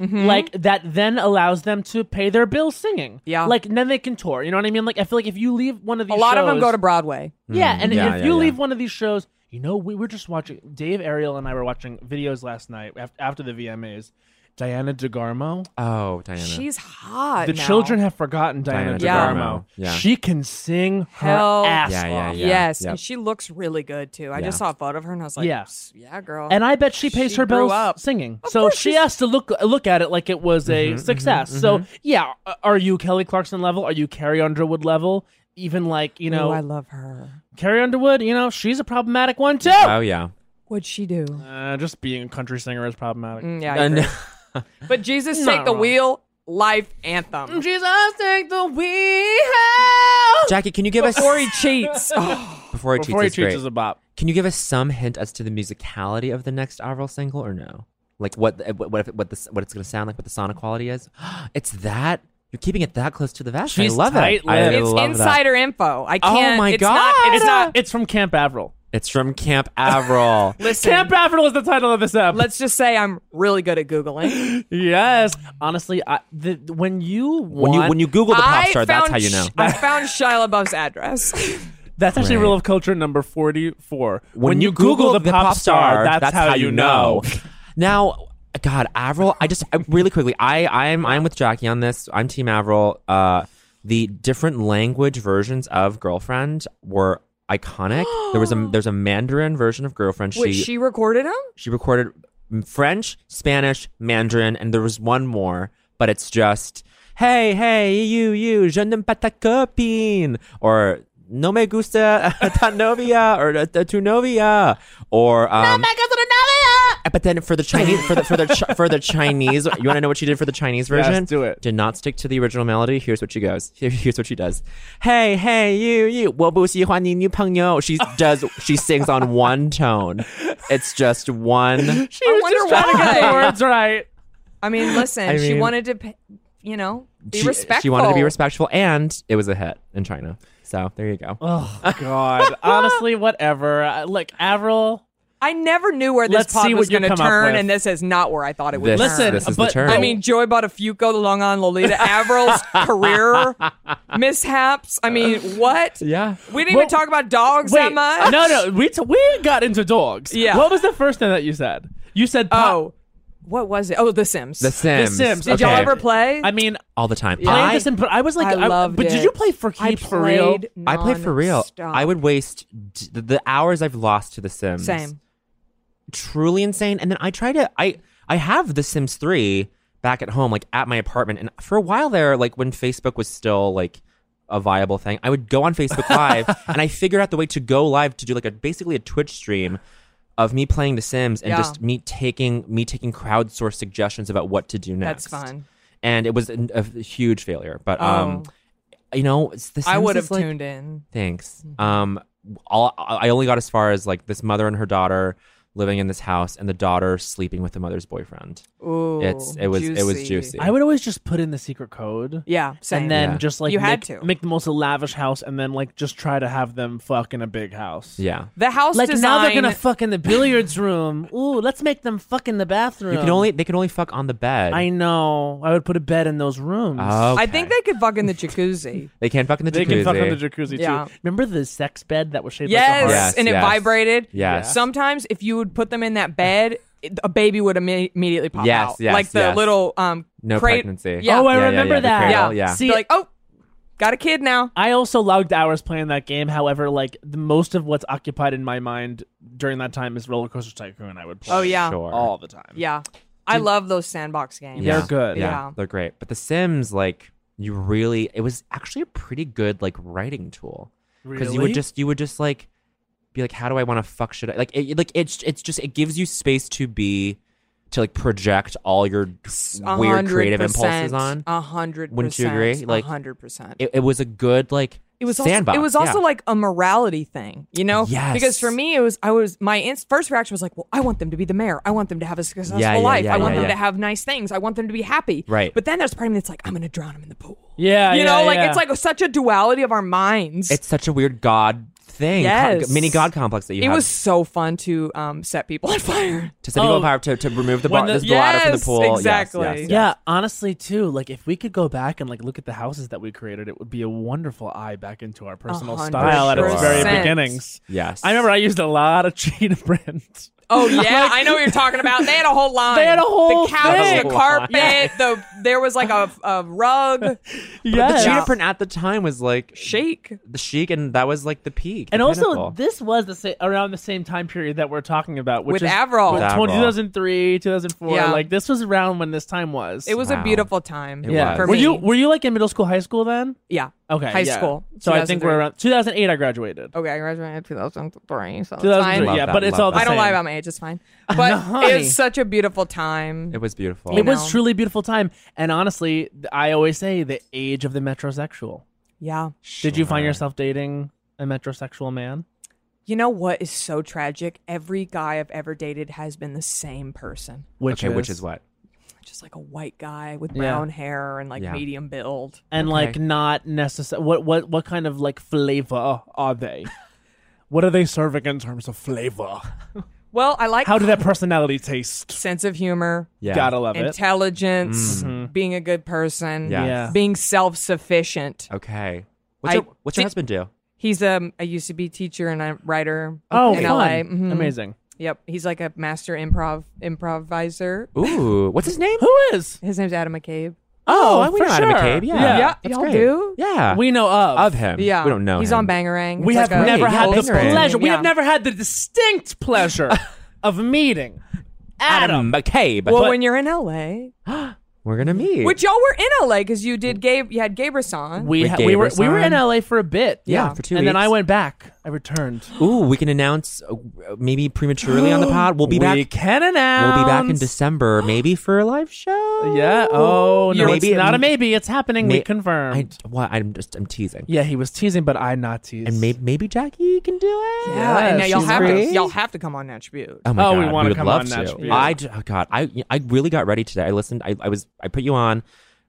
Mhm. like that then allows them to pay their bills singing. Yeah. Like then they can tour. You know what I mean? Like I feel like if you leave one of a these lot of them shows- Hmm. go to Broadway. Yeah, Mm, and yeah, if yeah, you yeah. leave one of these shows, you know, we were just watching Dave Ariel and I were watching videos last night af- after the VMAs. Diana DeGarmo. Oh, Diana. She's hot. The now. children have forgotten Diana, Diana DeGarmo. DeGarmo. Yeah. She can sing her Hell ass Yeah, yeah, off. yeah. yes, yep. and she looks really good too. I just Yeah. saw a photo of her and I was like, Yeah. "Psst, yeah, girl. And I bet she pays Oh, She her grew bills up. singing. Of so course she she's- has to look look at it like it was a Mm-hmm, success. So yeah, a- are you Kelly Clarkson level? Are you Carrie Underwood level? Even like you know Ooh, I love her. Carrie Underwood, you know she's a problematic one too. Oh yeah. What'd she do? Uh, just being a country singer is problematic. Mm, yeah, I And- agree. but Jesus Not take the wrong. wheel. life anthem. Jesus, take the wheel. Jackie, can you give us Before he cheats. Before Before he cheats, he is cheats great. is a bop. Can you give us some hint as to the musicality of the next Avril single, or no? Like what uh, what what, if- what, the, what it's going to sound like, what the sonic quality is? it's that you're keeping it that close to the vest. I She's love it. I tight-lipped. it's love insider info. I Oh can't. my it's Not, God. it's not. It's from Camp Avril. that. It's from Camp Avril. Listen, Camp Avril is the title of this app. let's just say I'm really good at googling. yes. Honestly, I, the, when you when you when you Google the pop I star, that's found how you know. Sh- I found Shia LaBeouf's address. That's actually Right. rule of culture number 44. when, you Google, the, pop, star, that's, how, you know. now, God, Avril, I just I, really quickly, I I'm I'm with Jackie on this. I'm Team Avril. Uh, the different language versions of Girlfriend were iconic. there was a there's a Mandarin version of Girlfriend. Wait, she recorded him? She recorded French, Spanish, Mandarin, and there was one more, but it's just hey, hey, you, you, je n'aime pas ta copine, or no me gusta ta novia, or "Ta- ta tu novia, or um, Eh, but then for the Chinese, for the for the Chi- for the Chinese, you want to know what she did for the Chinese Yes, version? do it. Did not stick to the original melody. Here's what she goes. Here- Here's what she does. Hey, hey, you, you. 我不喜欢你女朋友. She does. She sings on one tone. It's just one. I wonder why. That's right. I mean, listen, I she mean- wanted to, p- you know, be she, respectful. she wanted to be respectful, and it was a hit in China. So there you go. Oh, God. Honestly, whatever. I- Like, Avril. I never knew where this Let's pod see was what you going to come up turn, with. and this is not where I thought it would This, turn. this is but- the turn. I mean, Joy Buttafuoco, the Long Island Lolita, Avril's career mishaps. I mean, what? yeah. We didn't Well, even talk about dogs that much. no, no. We, t- we got into dogs. Yeah. What was the first thing that you said? You said pop. Oh, what was it? Oh, The Sims. The Sims. Sims. Did Okay. y'all ever play? I mean, all the time? playing I- this, in, but I was like, I loved But it. did you play for I keep for real? played I played for real. nonstop. I would waste d- the- the hours I've lost to The Sims. Same. truly insane. And then I try to I I have The Sims 3 back at home, like at my apartment. And for a while there, like when Facebook was still like a viable thing, I would go on Facebook Live and I figured out the way to go live to do like a basically a Twitch stream of me playing The Sims and Yeah. just me taking me taking crowdsourced suggestions about what to do next. That's fun. And it was an- a, huge failure. But um Oh. you know, it's The Sims I would is, have like, tuned Mm-hmm. in. Thanks. Um, all I only got as far as like this mother and her daughter living in this house, and the daughter sleeping with the mother's boyfriend. Ooh, it's it was it was juicy. I would always just put in the secret code. Yeah, same. And then Yeah. just like You make, had to. make the most lavish house, and then like just try to have them fuck in a big house. yeah. the house Like design. now they're gonna fuck in the billiards room. Ooh, let's make them fuck in the bathroom. You can only they can only fuck on the bed. I know. I would put a bed in those rooms. Okay. I think they could fuck in the jacuzzi. they can't fuck in the they jacuzzi. can fuck in the jacuzzi Yeah. too. Remember the sex bed that was shaped like a yes, heart? Yes, and it yes. vibrated. Yes. Sometimes if you would put them in that bed, it- a baby would imme- immediately pop Yes, out. yes, like the yes. little um no crate- pregnancy. Yeah. Oh, I Yeah, yeah, remember yeah, the that. cradle, Yeah. yeah. See, Be like, oh, got a kid now. I also logged hours playing that game. However, like the most of what's occupied in my mind during that time is Roller Coaster Tycoon. I would play. Oh yeah, Sure. all the time. yeah. I love those sandbox games. Yeah, They're good. Yeah, Yeah. they're great. But The Sims, like, you really, it was actually a pretty good like writing tool because you Really? would just you would just like be like, how do I want to fuck shit? up? Like, it, like it's it's just it gives you space to be to like project all your weird creative impulses on. A hundred. Wouldn't you agree? Like- Like hundred percent. It, it was a good like It was also, sandbox. it was also yeah. like a morality thing, you know? Yes. Because for me, it was I was my inst- first reaction was like, well, I want them to be the mayor. I want them to have a successful Yeah, yeah, life. yeah, I want yeah, them yeah. to have nice things. I want them to be happy. Right. But then there's part of me that's like, I'm gonna drown him in the pool. Yeah. you yeah, know, like yeah. it's like such a duality of our minds. it's such a weird god thing, co- Yes. mini god complex that you it have was so fun to um, set people on fire. to set people Oh. on fire to, to remove the, bar, When the- this bladder from the Yes, pool. Yes, yes, exactly. yes. Yeah, honestly, too. Like, if we could go back and like look at the houses that we created, it would be a wonderful eye back into our personal hundred style at its very percent. beginnings. Yes. I remember I used a lot of cheetah print. Oh yeah, I know what you're talking about. They had a whole line. They had a whole the couch, thing. the carpet, Yeah. the there was like a, a rug, The Yes. cheetah Yeah. print at the time was like shake. the chic, and that was like the peak. the And also, pinnacle. this was the sa- around the same time period that we're talking about, which With is oh Avril. with With 20 Avril. 2003, 2004. Yeah. Like this was around when this time was. It was Wow. a beautiful time. It yeah. was. for were me. you were you like in middle school, high school then? Yeah. Okay, high yeah. school. So I think 2003. we're around 2008. I graduated. Okay, I graduated in 2003. So it's 2003, fine. yeah, Love but that, it's all love the I don't lie same. about my age. It's fine. But honey. it's such a beautiful time. It was beautiful. You It was know. truly a beautiful time, and honestly, th- I always say the age of the metrosexual. Yeah. Did you find Sure. yourself dating a metrosexual man? You know what is so tragic? Every guy I've ever dated has been the same person. Which okay, which is- is what? Just like a white guy with Yeah. brown hair and like Yeah. medium build. and like not necessary. What what what kind of like flavor are they? what are they serving in terms of flavor? Well, I like How did that personality taste? sense of humor. Yeah. Gotta love it. Intelligence, Mhm. being a good person, Yes. Yeah. being self sufficient. Okay. What's, your, what's your husband do? He's um, a UCB teacher and a writer Oh, in fun. LA. Mhm. Amazing. Yep. He's like a master improv improviser. Ooh, what's his Oh, name? Who is? His name's Adam McCabe. Oh, I- we know Adam McCabe. Yeah, Yeah. that's Y'all great. do? Yeah, We know of of him. Yeah. we don't know. He's him. on Bangarang. We It's have like a never had the old stream. pleasure. We Yeah. have never had the distinct pleasure of meeting Adam, McCabe. Well, when you're in LA, We're gonna meet. which y'all were in LA because you did Gabe, you had Gaberson. we With ha- we were we were in Gaberson. LA for a bit. Yeah, for two And then weeks. I went back. I returned. Ooh, we can announce uh, maybe prematurely on the pod. We'll be We back. can announce. We'll be back in December, maybe for a live show. Yeah. Oh no, Maybe it's not it- a maybe. It's happening. May- we confirmed. I, well, I'm just I'm teasing. yeah, he was teasing, but I'm not teasing. And maybe maybe Jackie can do it. Yeah, and now y'all she's have free. to y'all have to come on that tribute. Oh my Oh, god, we wanna would come love on that to. tribute. I j- oh god, I I really got ready today. I listened. I, I was I put you on.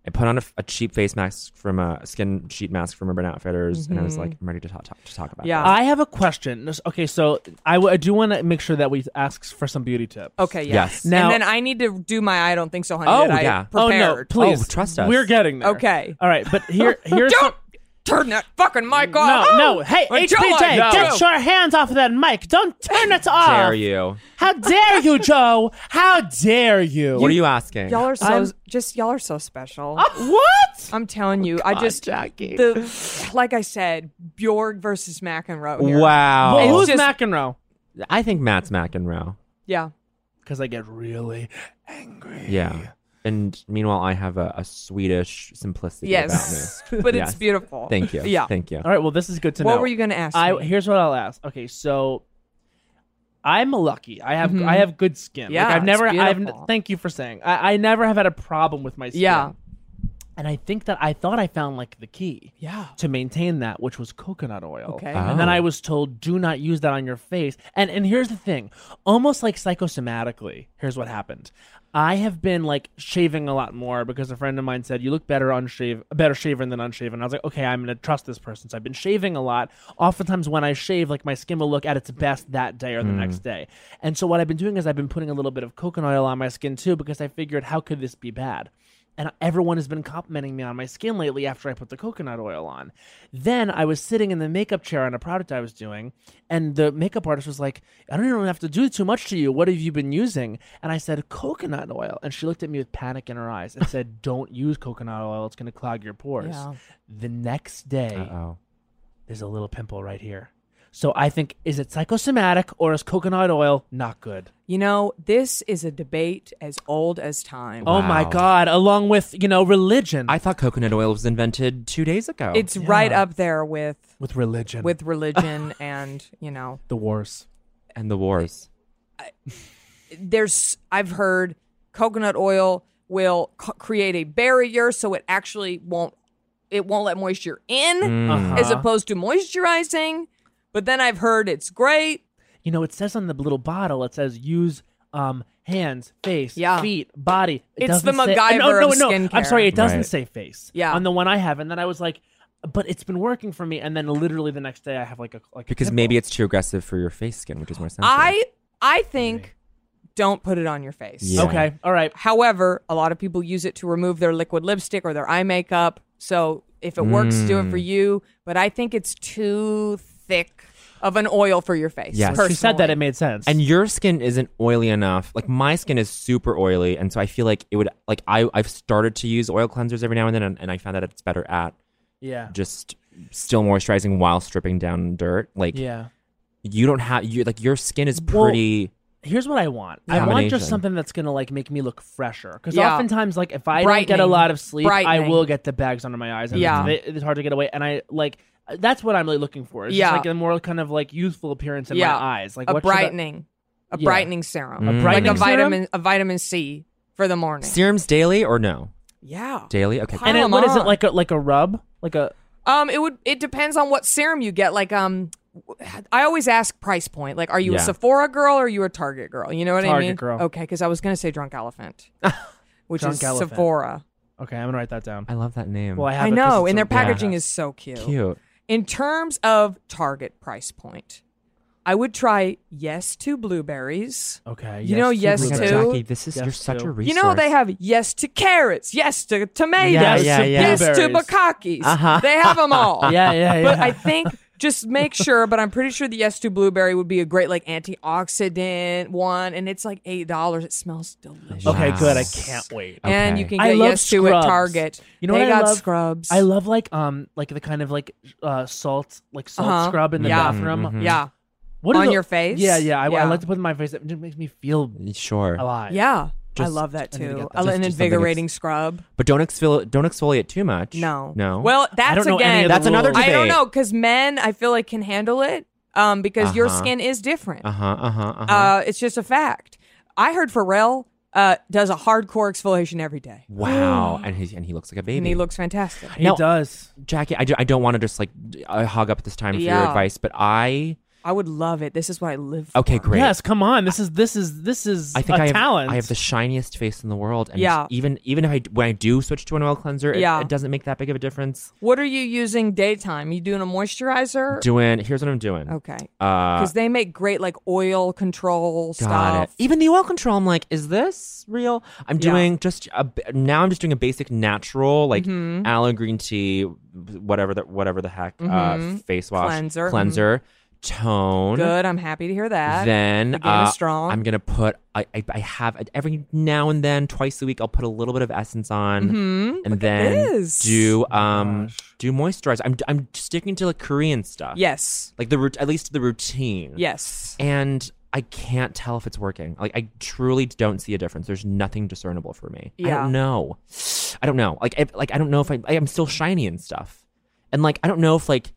I put on a, f- a cheap face mask from a skin sheet mask from Urban Outfitters, and I was Mhm. like, I'm ready to talk, talk to talk about. Yeah. I have a question. This- Okay, so I, w- I do want to make sure that we ask for some beauty tips. Okay, yeah. Yes. Now- and then I need to do my I don't think so, honey. Oh, that I yeah. Oh Prepared. no, please trust us. We're getting there. Okay. All right, but here here's Don't turn that fucking mic off. no no hey Or HBJ, Joe, no. get your hands off of that mic. Don't turn it off. Dare you? How dare you, Joe? How dare you? What are you asking? Y'all are so I'm- just y'all are so special. What? Oh, I'm telling you, I just Jackie. the like I said, Bjorg versus McEnroe. here. Wow. Well, who's just- McEnroe? I think Matt's McEnroe. Yeah. Because I get really Yeah. And meanwhile, I have a, a Swedish simplicity Yes. about me. But Yes. it's beautiful. Thank you. Yeah. Thank you. All right. Well, this is good to know. What were you gonna ask? I me? here's what I'll ask. Okay, so I'm lucky. I have Mhm. I have good skin. Yeah, like I've it's never. I've n- beautiful. thank you for saying. I, I never have had a problem with my skin. Yeah. and I think that I thought I found like the key. Yeah. To maintain that, which was coconut oil. Okay. And then Oh. I was told, do not use that on your face. And and here's the thing, almost like psychosomatically, here's what happened. I have been like shaving a lot more because a friend of mine said you look better unshaved, better shaven than unshaven. I was like, okay, I'm gonna trust this person. So I've been shaving a lot. Oftentimes when I shave, like my skin will look at its best that day or the next day. And so what I've been doing is I've been putting a little bit of coconut oil on my skin too because I figured how could this be bad and everyone has been complimenting me on my skin lately after I put the coconut oil on. Then I was sitting in the makeup chair on a product I was doing, and the makeup artist was like, I don't even have to do too much to you. What have you been using? And I said, Coconut oil. And she looked at me with panic in her eyes and said, Don't use coconut oil. It's going to clog your pores. Yeah. The next day, Uh-oh. there's a little pimple right here. So I think, is it psychosomatic or is coconut oil not good? You know, this is a debate as old as time. Oh my Wow. God, along with, you know, religion. I thought coconut oil was invented two days ago. Oh, It's right up there with with religion. with religion and, you know, the wars. and the wars. there's I've heard coconut oil will c- create a barrier so it actually won't it won't let moisture in Uh-huh. as opposed to moisturizing. But then I've heard it's great. you know, it says on the little bottle, it says use um hands, face, Yeah. feet, body. It It's the doesn't say- MacGyver no, no, of no. I'm skincare. sorry, it doesn't Right. say face. Yeah. On the one I have, and then I was like, but it's been working for me. And then literally the next day, I have like a like a Because pimple. maybe it's too aggressive for your face skin, which is more sensitive. I I think don't put it on your face. Yeah. okay. All right. However, a lot of people use it to remove their liquid lipstick or their eye makeup. So if it works, do it for you. But I think it's too thick of an oil for your face. Yes. She said that personally. it made sense. And your skin isn't oily enough. Like my skin is super oily, and so I feel like it would like I I've started to use oil cleansers every now and then, and, and I found that it's better at yeah, just still moisturizing while stripping down dirt. Like yeah. you don't have you like your skin is Well, pretty here's what I want. I want Combination. just something that's gonna like make me look fresher. Because Yeah. oftentimes, like if I don't get a Brightening. lot of sleep, I Brightening. will get the bags under my eyes, and Yeah. it's- it's hard to get away. And I like that's what I'm really looking for. It's just, Yeah. like a more kind of like youthful appearance in my yeah, eyes, like a what should I- brightening, a Yeah. Mm. brightening serum, A brightening like a serum? vitamin, a vitamin C for the morning. Serums daily or no? Yeah. Daily? Okay. And it- cool. what is it, like a like a rub, like a Um, it would. It depends on what serum you get. Like, um, I always ask price point. Like, are you a Yeah. Sephora girl or are you a Target girl? You know what I Target mean? girl. Okay, because I was gonna say Drunk Elephant, which Drunk is elephant. Sephora. Okay, I'm gonna write that down. I love that name. Well, I have I it 'cause know, it's a- and their Yeah. packaging is so cute. Cute. In terms of Target price point, I would try Yes to Blueberries. Okay, you know Yes to Yes to. Blueberries. Jackie, this is- Yes you're such to. a You know they resource. have Yes to carrots, Yes to tomatoes, Yeah, yeah, yeah. Yes to Blueberries. bukkakis. Uh-huh. They have them all. Yeah, yeah, But yeah. I think just make sure. But I'm pretty sure the Yes to Blueberry would be a great like antioxidant one, and it's like eight dollars. It smells delicious. Okay, good. I can't wait. And you can get I love yes to at scrubs. Target. You know they what got I love? scrubs. I love like um like the kind of like uh salt like salt Uh-huh. scrub in the Yeah. bathroom. Mm-hmm. Mhm. Yeah. are On the- your face? Yeah, yeah. I, I Yeah. like to put it in my face. It just makes me feel Sure. alive. Yeah, I Just- love that I need to too. get that. I love Just- an just something that's- invigorating scrub. But don't exfoli- don't exfoliate too much. No. No. Well, that's again. That's another debate. I don't know because men, I feel like can handle it um, because your Uh-huh. skin is different. Uh huh. Uh huh. Uh-huh. Uh, it's just a fact. I heard Pharrell uh, does a hardcore exfoliation every day. Wow. and he and he looks like a baby. And he looks fantastic. He Now- does. Jackie, I, do, I don't want to just like uh, hog up this time for your Yeah. advice, but I I would love it. This is what I live for. okay, great. Yes, come on. This is this is this is I think a I have, talent. I have the shiniest face in the world, and Yeah. even even if I when I do switch to an oil cleanser, it, Yeah. it doesn't make that big of a difference. What are you using daytime? You doing a moisturizer? Doing here's what I'm doing. Okay. Uh, Because they make great like oil control Got stuff. it. Even the oil control, I'm like, is this real? I'm Yeah. doing just a b- now. I'm just doing a basic natural like Mhm. aloe green tea, whatever the whatever the heck uh, Mhm. face wash Cleanser. Mhm. cleanser tone. Good. I'm happy to hear that. Then the game uh, is strong. I'm gonna put. I, I I have every now and then, twice a week, I'll put a little bit of essence on, Mhm. and Look at then this. Oh do um do moisturize. I'm I'm sticking to like Korean stuff. Yes. like the root at least the routine. Yes. and. I can't tell if it's working. Like I truly don't see a difference. There's nothing discernible for me. I Yeah. don't know. I don't know. Like if, like I don't know if I I am still shiny and stuff. And like I don't know if like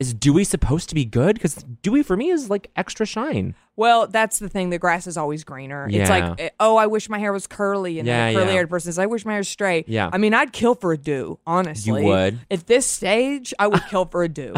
is dewy supposed to be good? Because dewy for me is like extra shine. Well, that's the thing. The grass is always greener. It's like, Yeah. eh, oh, I wish my hair was curly, and Yeah, then a curly yeah. haired person says, I wish my hair's straight. Yeah. I mean, I'd kill for a do, honestly. would. At this stage, I would kill for a do.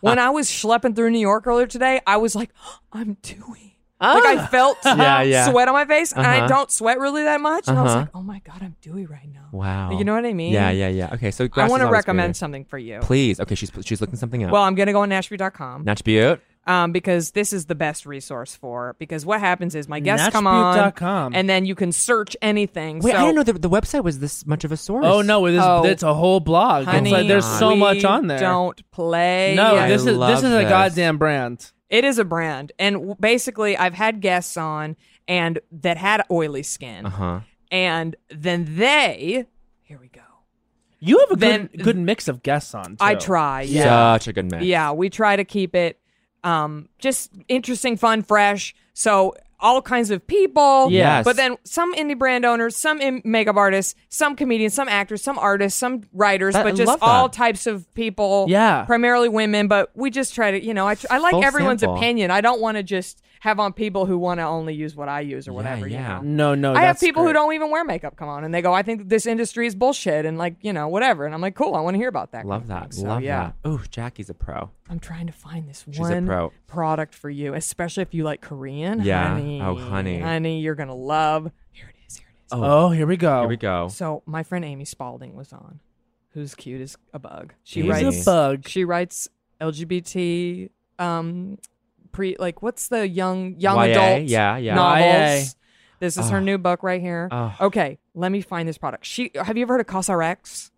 when I was schlepping through New York earlier today, I was like, I'm dewy. Like I felt Yeah, Oh. yeah. sweat on my face, and I Uh-huh. don't sweat really that much. And I was Uh-huh. like, "Oh my god, I'm dewy right now." Wow. You know what I mean? Yeah, yeah, yeah. Okay, so I grass want is to always recommend greener. something for you. Please. Okay, she's she's looking something up. Well, I'm gonna go on Nashville.com Natch Butte. um, because this is the best resource for it. Because what happens is my guests come NatchBute.com. on, and then you can search anything. Wait, so, I didn't know that the website was this much of a source. Oh no! It is, Oh. It's a whole blog. Honey, it's like there's so we much on there. Don't play. No, it. this is love this is a this. goddamn brand. It is a brand, and w- basically, I've had guests on and that had oily skin, Uh huh. and then they. You have a Then- good good mix of guests on. Too. I try. Yeah. Such a good mix. Yeah, we try to keep it um, just interesting, fun, fresh. So all kinds of people. Yes. But then some indie brand owners, some im- makeup artists, some comedians, some actors, some artists, some writers, That- I but just love that. all types of people. Yeah. Primarily women, but we just try to, you know, I, tr- I like Full everyone's sample. opinion. I don't want to just have on people who want to only use what I use or whatever. you know? No, no. I have that's people who great. don't even wear makeup come on and they go, I think this industry is bullshit and like, you know, whatever. And I'm like, cool, I want to hear about that. Love that. So, Love yeah. that. Oh, Jackie's a pro. I'm trying to find this She's a one pro. product for you, especially if you like Korean. Yeah. Honey, Oh, honey. Honey, you're going to love. Here it is. Here it is. Oh, here we go. Here we go. So, my friend Amy Spalding was on, who's cute as a bug. She She's a writes bug. She writes LGBT um pre like what's the young young YA? adult Yeah, yeah. novels. YA. This is Oh. her new book right here. Oh. Okay, let me find this product. She have you ever heard of CosRx?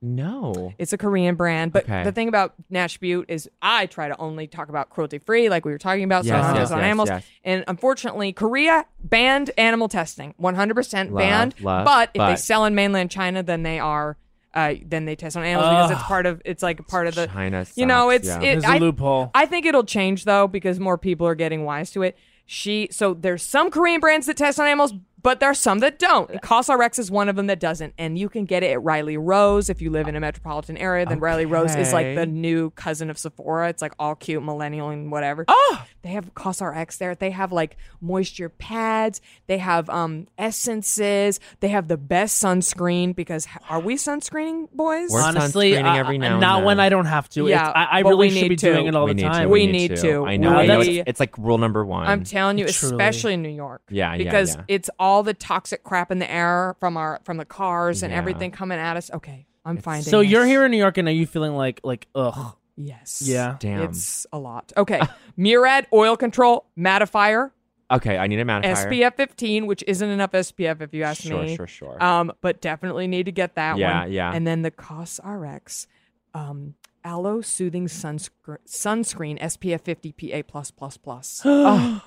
No. It's a Korean brand, but Okay. the thing about Nash Butte is I try to only talk about cruelty free, like we were talking about, so Yes, I'm yes, just on yes, animals. yes. And unfortunately, Korea banned animal testing, 100% Love, banned. love, but if they but- sell in mainland China, then they are. Uh, then they test on animals because it's Ugh. part of it's like part of the China you know sucks, it's yeah. it, There's a I- loophole. I think it'll change though because more people are getting wise to it. She so there's some Korean brands that test on animals, but there are some that don't. And CosRx is one of them that doesn't, and you can get it at Riley Rose if you live in a metropolitan area. Then Riley Rose is like the Okay. new cousin of Sephora. It's like all cute, millennial, and whatever. Oh, they have CosRx there. They have like moisture pads. They have um essences. They have the best sunscreen because are we sunscreening boys? We're Honestly, sunscreening uh, every now and not when then. I don't have to. It's- I- I but really we should need be to. doing it all we the need time. To, We need to. I know. We I know. need- It's, it's like rule number one. I'm telling you, Truly. especially in New York. Yeah, yeah, because yeah. it's all the toxic crap in the air from our from the cars and Yeah. everything coming at us. Okay, I'm finding. So this. you're here in New York, and are you feeling like like ugh? Yes. Yeah. It's a lot. Okay, Murad oil control mattifier. okay, I need a modifier. SPF 15, which isn't enough SPF if you ask Sure, me. sure, sure. Um, but definitely need to get that Yeah, one. yeah. And then the COSRX, um, Aloe Soothing Sunscreen, sunscreen SPF 50 PA++++. plus plus plus. Oh,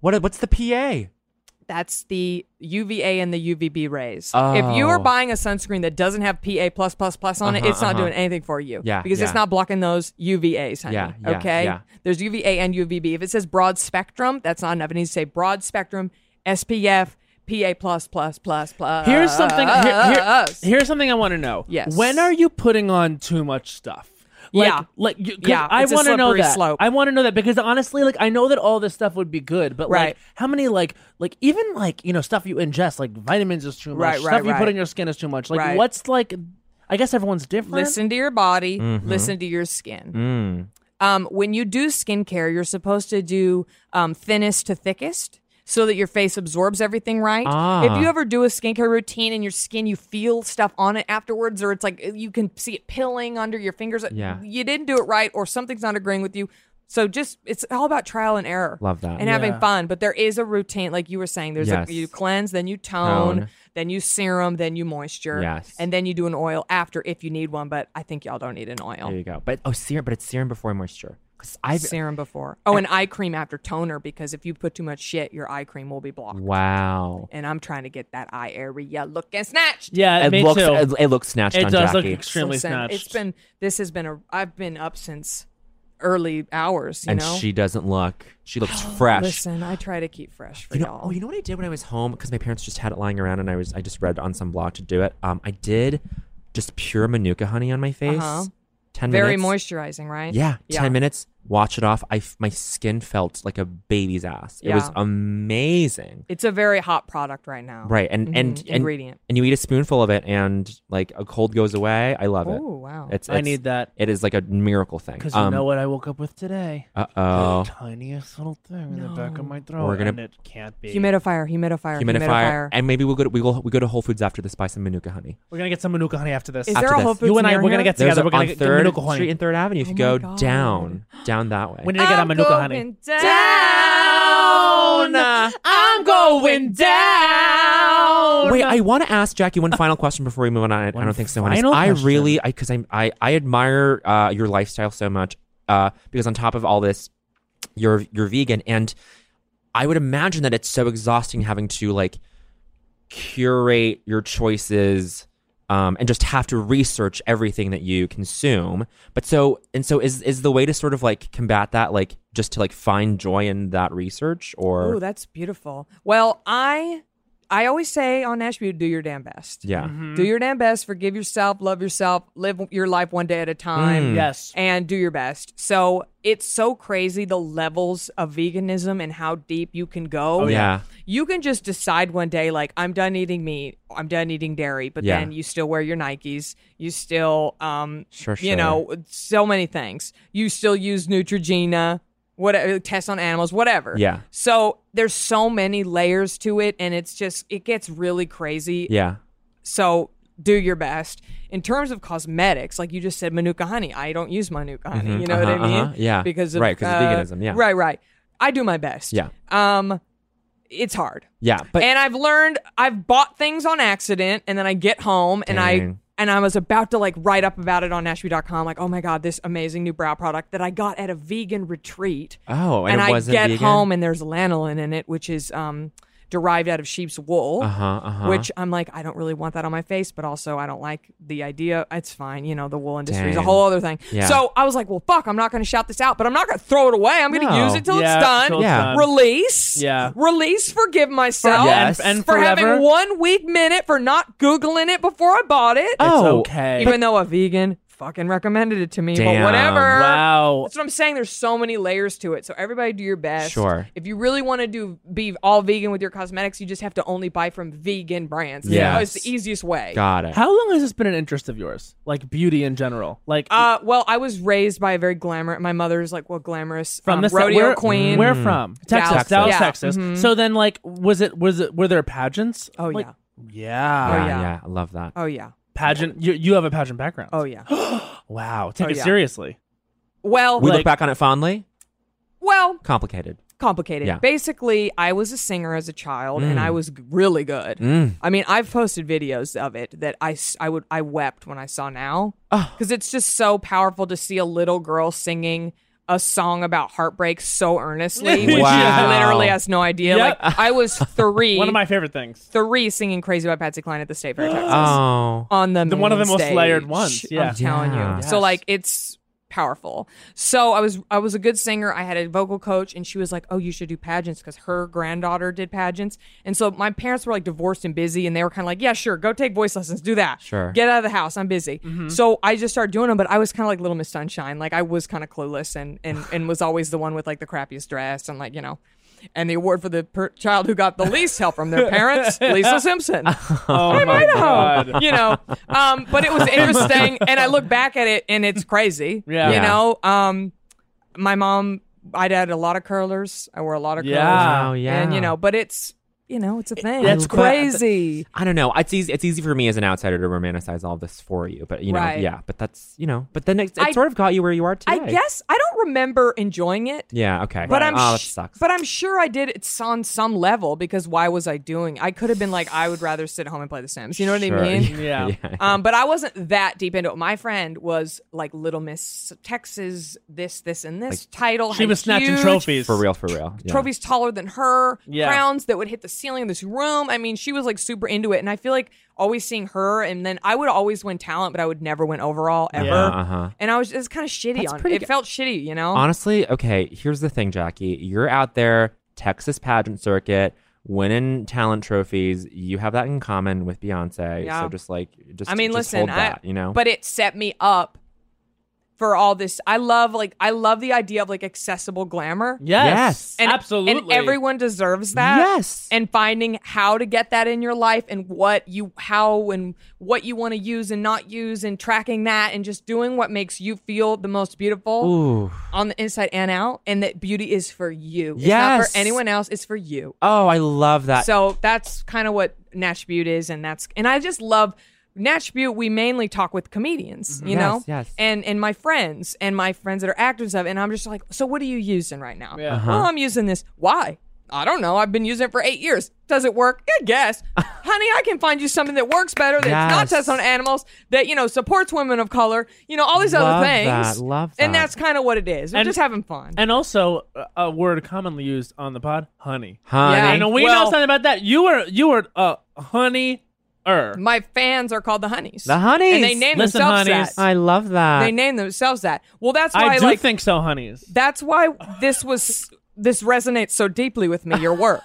What what's the PA? that's the UVA and the UVB rays. If you Oh. are buying a sunscreen that doesn't have PA+++ plus plus plus on it, Uh-huh, it's not uh-huh. doing anything for you. Yeah, Because yeah. it's not blocking those UVAs, honey. Yeah, yeah, okay? yeah. There's UVA and UVB. If it says broad spectrum, that's not enough. It needs to say broad spectrum, SPF, PA+++++. plus plus plus plus. Here's something. Here, here- here's something I want to know. Uh, Yes. When are you putting on too much stuff? Like, Yeah. Like, you, 'cause Yeah, I it's a want to know slippery that. slope. I want to know that because honestly, like, I know that all this stuff would be good, but Right. like, how many like, like even like you know stuff you ingest, like vitamins is too much. Right, right, stuff you right. put in your skin is too much. Like, Right. what's like? I guess everyone's different. Listen to your body. Mhm. Listen to your skin. Mm. Um, when you do skincare, you're supposed to do um, thinnest to thickest so that your face absorbs everything right. Ah. If you ever do a skincare routine and your skin, you feel stuff on it afterwards, or it's like uh, you can see it pilling under your fingers. Yeah. You didn't do it right, or something's not agreeing with you. So just it's all about trial and error. Love that. And having Yeah. fun. But there is a routine, like you were saying, there's Yes. a you cleanse, then you tone, Tone. then you serum, then you moisture. Yes. And then you do an oil after if you need one, but I think y'all don't need an oil. There you go. But oh, serum. But it's serum before moisture. Because I've serum before. Oh, and eye cream after toner because if you put too much shit, your eye cream will be blocked. Wow. And I'm trying to get that eye area looking snatched. it looks, It, it looks snatched. It on does look Jackie. extremely Listen, It's been this has been a I've been up since early hours, you and know. she doesn't look. She looks fresh. Listen, I try to keep fresh for You know- y'all. oh, you know what I did when I was home because my parents just had it lying around, and I was I just read on some blog to do it. Um, I did just pure manuka honey on my face. Uh-huh. Ten Very minutes. moisturizing, right? Yeah, Yeah. ten minutes. Watch it off. I f- my skin felt like a baby's ass. It was Yeah. amazing. It's a very hot product right now. Right, and and, Mhm. and ingredient. and you eat a spoonful of it, and like a cold goes away. I love it. Oh, wow. It's, I it's- need that. It is like a miracle thing. Um, Because you know what I woke up with today? Uh oh. The tiniest little thing in the back of my throat, We're gonna- and it can't be. Humidifier, humidifier, humidifier. and maybe we'll go to we will we go to Whole Foods after this buy some manuka honey. We're gonna get some manuka honey after this. Is After there a this. Whole Foods You and I, near we're gonna here? get There's together. a- We're gonna on get get Third manuka honey. Oh Street and Third Avenue. If you go down, down that way. We need to get a manuka honey. Mm. down. I'm going down. Wait, I want to ask Jackie Uh, one final question before we move on. I, I don't think so. Hannes. final I question. really, I because I, I, I admire uh, your lifestyle so much. Uh, because on top of all this, you're you're vegan, and I would imagine that it's so exhausting having to like curate your choices um, and just have to research everything that you consume. But so and so is is the way to sort of like combat that like just to like find joy in that research or Oh, that's beautiful. Well, I I always say on Nash Butte, do your damn best. Yeah. Mhm. Mm-hmm. Do your damn best. Forgive yourself. Love yourself. Live your life one day at a time. Mm. Yes. And do your best. So it's so crazy the levels of veganism and how deep you can go. Oh, yeah. Yeah. You can just decide one day, like, I'm done eating meat. I'm done eating dairy. But Yeah. then you still wear your Nikes. You still, um, Sure, you know, so many things. You still use Neutrogena. What tests on animals, whatever. Yeah. So there's so many layers to it, and it's just it gets really crazy. yeah. So do your best in terms of cosmetics, like you just said, manuka honey. I don't use manuka honey. Mhm. You know what Uh-huh, I mean? uh-huh. Yeah. Because of, Right, 'cause of uh, veganism, yeah. Right. Right. I do my best. Yeah. Um, it's hard. Yeah, but and I've learned I've bought things on accident, and then I get home and I Dang. and I was about to like write up about it on Nashville.com, like, oh my god, this amazing new brow product that I got at a vegan retreat. Oh, and it I wasn't get vegan? home and there's lanolin in it, which is um derived out of sheep's wool, Uh-huh, uh-huh. which I'm like, I don't really want that on my face, but also I don't like the idea. It's fine. You know, the wool industry is a Dang. whole other thing. Yeah. So I was like, well, fuck, I'm not going to shout this out, but I'm not going to throw it away. I'm going to No. use it till Yeah, it's done. till it's Yeah. done. Release. Yeah. Release, forgive myself. For- Yes. and- and for forever. having one weak minute for not Googling it before I bought it. Oh. okay. Even though a vegan fucking recommended it to me, Damn. but whatever. Wow. That's what I'm saying. There's so many layers to it. So everybody do your best. Sure. If you really want to do be all vegan with your cosmetics, you just have to only buy from vegan brands. Yes. It's the easiest way. How long has this been an interest of yours? Like beauty in general? Like Uh, well, I was raised by a very glamour. My mother's like, well, glamorous from um, this rodeo where, queen. Mm-hmm. Where from? Texas, Dallas, Dallas, Yeah. Texas. Mhm. So then, like, was it was it were there pageants? Oh Like, yeah. yeah, Ah, Oh, yeah. yeah. I love that. Oh yeah. Pageant. You you have a pageant background. Oh yeah. wow. Take Oh, it yeah. seriously. Well, we look back on it fondly. well, Complicated. complicated. Yeah. Basically, I was a singer as a child, Mm. and I was g- really good. Mm. I mean, I've posted videos of it that I, s- I would I wept when I saw now because it's just so powerful to see a little girl singing a song about heartbreak so earnestly. which Wow. she literally has no idea. Yep. Like I was three. One of my favorite things. Three singing "Crazy" by Patsy Cline at the State Fair, Texas. Oh. on the, The- one of the main most layered stage, ones, yeah. I'm telling Yeah. you. So like it's powerful. So I was I was a good singer. I had a vocal coach, and she was like, "Oh, you should do pageants," because her granddaughter did pageants. And so my parents were like divorced and busy, and they were kind of like, "Yeah, sure, go take voice lessons, do that. Sure. Mm-hmm. get out of the house. I'm busy." So I just started doing them, but I was kind of like Little Miss Sunshine. Like I was kind of clueless, and and and was always the one with like the crappiest dress, and like you know. And the award for the per- child who got the least help from their parents, Lisa Simpson. Oh I'm my Idaho, God. you know. Um, but it was interesting, and I look back at it, and it's crazy. Yeah. you Yeah. know. Um, my mom, I had a lot of curlers. I wore a lot of curlers. Yeah. Wow, Oh, yeah. And you know, but it's you know, it's a thing. That's It's crazy. I don't know. It's easy. It's easy for me as an outsider to romanticize all this for you, but you know, Right. yeah. But that's you know. But then it's it I- sort of got you where you are today. I guess I don't remember enjoying it. Yeah. Okay. But I'm Oh, that sh- sucks. but I'm sure I did it's on some level because why was I doing? I could have been like I would rather sit at home and play The Sims. You know what Sure. I mean? Yeah. Yeah. Um, but I wasn't that deep into it. My friend was like Little Miss Texas, this, this, and this title. She had was snatching huge trophies for real. For real. Yeah. Trophies taller than her, Yeah. crowns that would hit the ceiling of this room. I mean, she was like super into it, and I feel like always seeing her, and then I would always win talent, but I would never win overall ever. Uh huh. And I was just kind of shitty That's on it. pretty It good. felt shitty, you know. Honestly, okay, here's the thing, Jackie. You're out there, Texas pageant circuit, winning talent trophies. You have that in common with Beyonce. Yeah. So just like just I mean, just listen, hold I- that, you know? but it set me up for all this. I love like I love the idea of like accessible glamour. Yes. Yes. and, And Absolutely. everyone deserves that. Yes. and finding how to get that in your life and what you how and what you want to use and not use and tracking that and just doing what makes you feel the most beautiful Ooh. on the inside and out. And that beauty is for you. It's not Yes. for anyone else. It's for you. Oh, I love that. So that's kind of what Natch Butte is, and that's and I just love Natch Butte. We mainly talk with comedians, you Mm-hmm. Yes, know, yes. and and my friends and my friends that are actors of, and I'm just like, so what are you using right now? Yeah. Uh-huh. Well, I'm using this. Why? I don't know. I've been using it for eight years. Does it work? I guess. Honey, I can find you something that works better, that's not Yes. tests on animals, that, you know, supports women of color, you know, all these other Love things. that, love And that. that's kind of what it is. We're And- just having fun. And also uh, a word commonly used on the pod, honey. Honey. I know we know Well- something about that. You were you were uh honey er. My fans are called the Honeys. The Honeys. And they name Listen, themselves Honeys. that. I love that. They name themselves that. Well, that's why I do like think so, honeys. that's why this was this resonates so deeply with me. Your work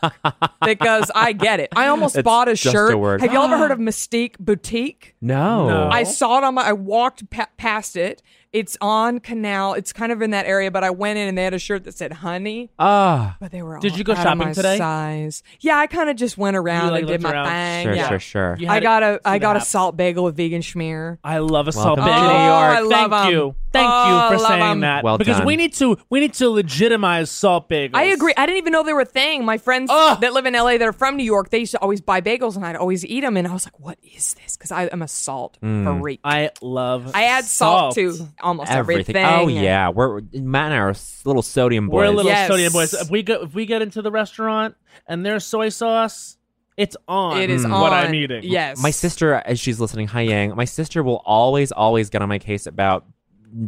because I get it. I almost It's bought a just shirt. a word. Have y'all ever heard of Mystique Boutique? no. I saw it on my. I walked pa- past it. It's on Canal. It's kind of in that area, but I went in and they had a shirt that said "Honey." Ah. But they were. Did all you go out of shopping my today? Size. Yeah, I kind of just went around like, and did looked my around. thing. Sure, yeah. sure, sure. You had I it- got a see I the got a apps. salt bagel with vegan schmear. I love a salt Welcome bagel. to New York. I love Thank 'em. you. Thank Oh, you I for love saying 'em. that. Well because done. we need to we need to legitimize salt bagels. I agree. I didn't even know they were a thing. My friends that live in LA that are from New York, they used to always buy bagels and I'd always eat them. And I was like, what is this? Because I'm a salt Mm. freak. I love I add salt, to almost everything. Oh yeah, we're Matt and I are s- little sodium boys. We're a little Yes. sodium boys. If we go if we get into the restaurant and there's soy sauce, it's on. It Hmm. Mm. is what on. I'm eating. Yes. My sister, as she's listening, hi Yang. My sister will always, always get on my case about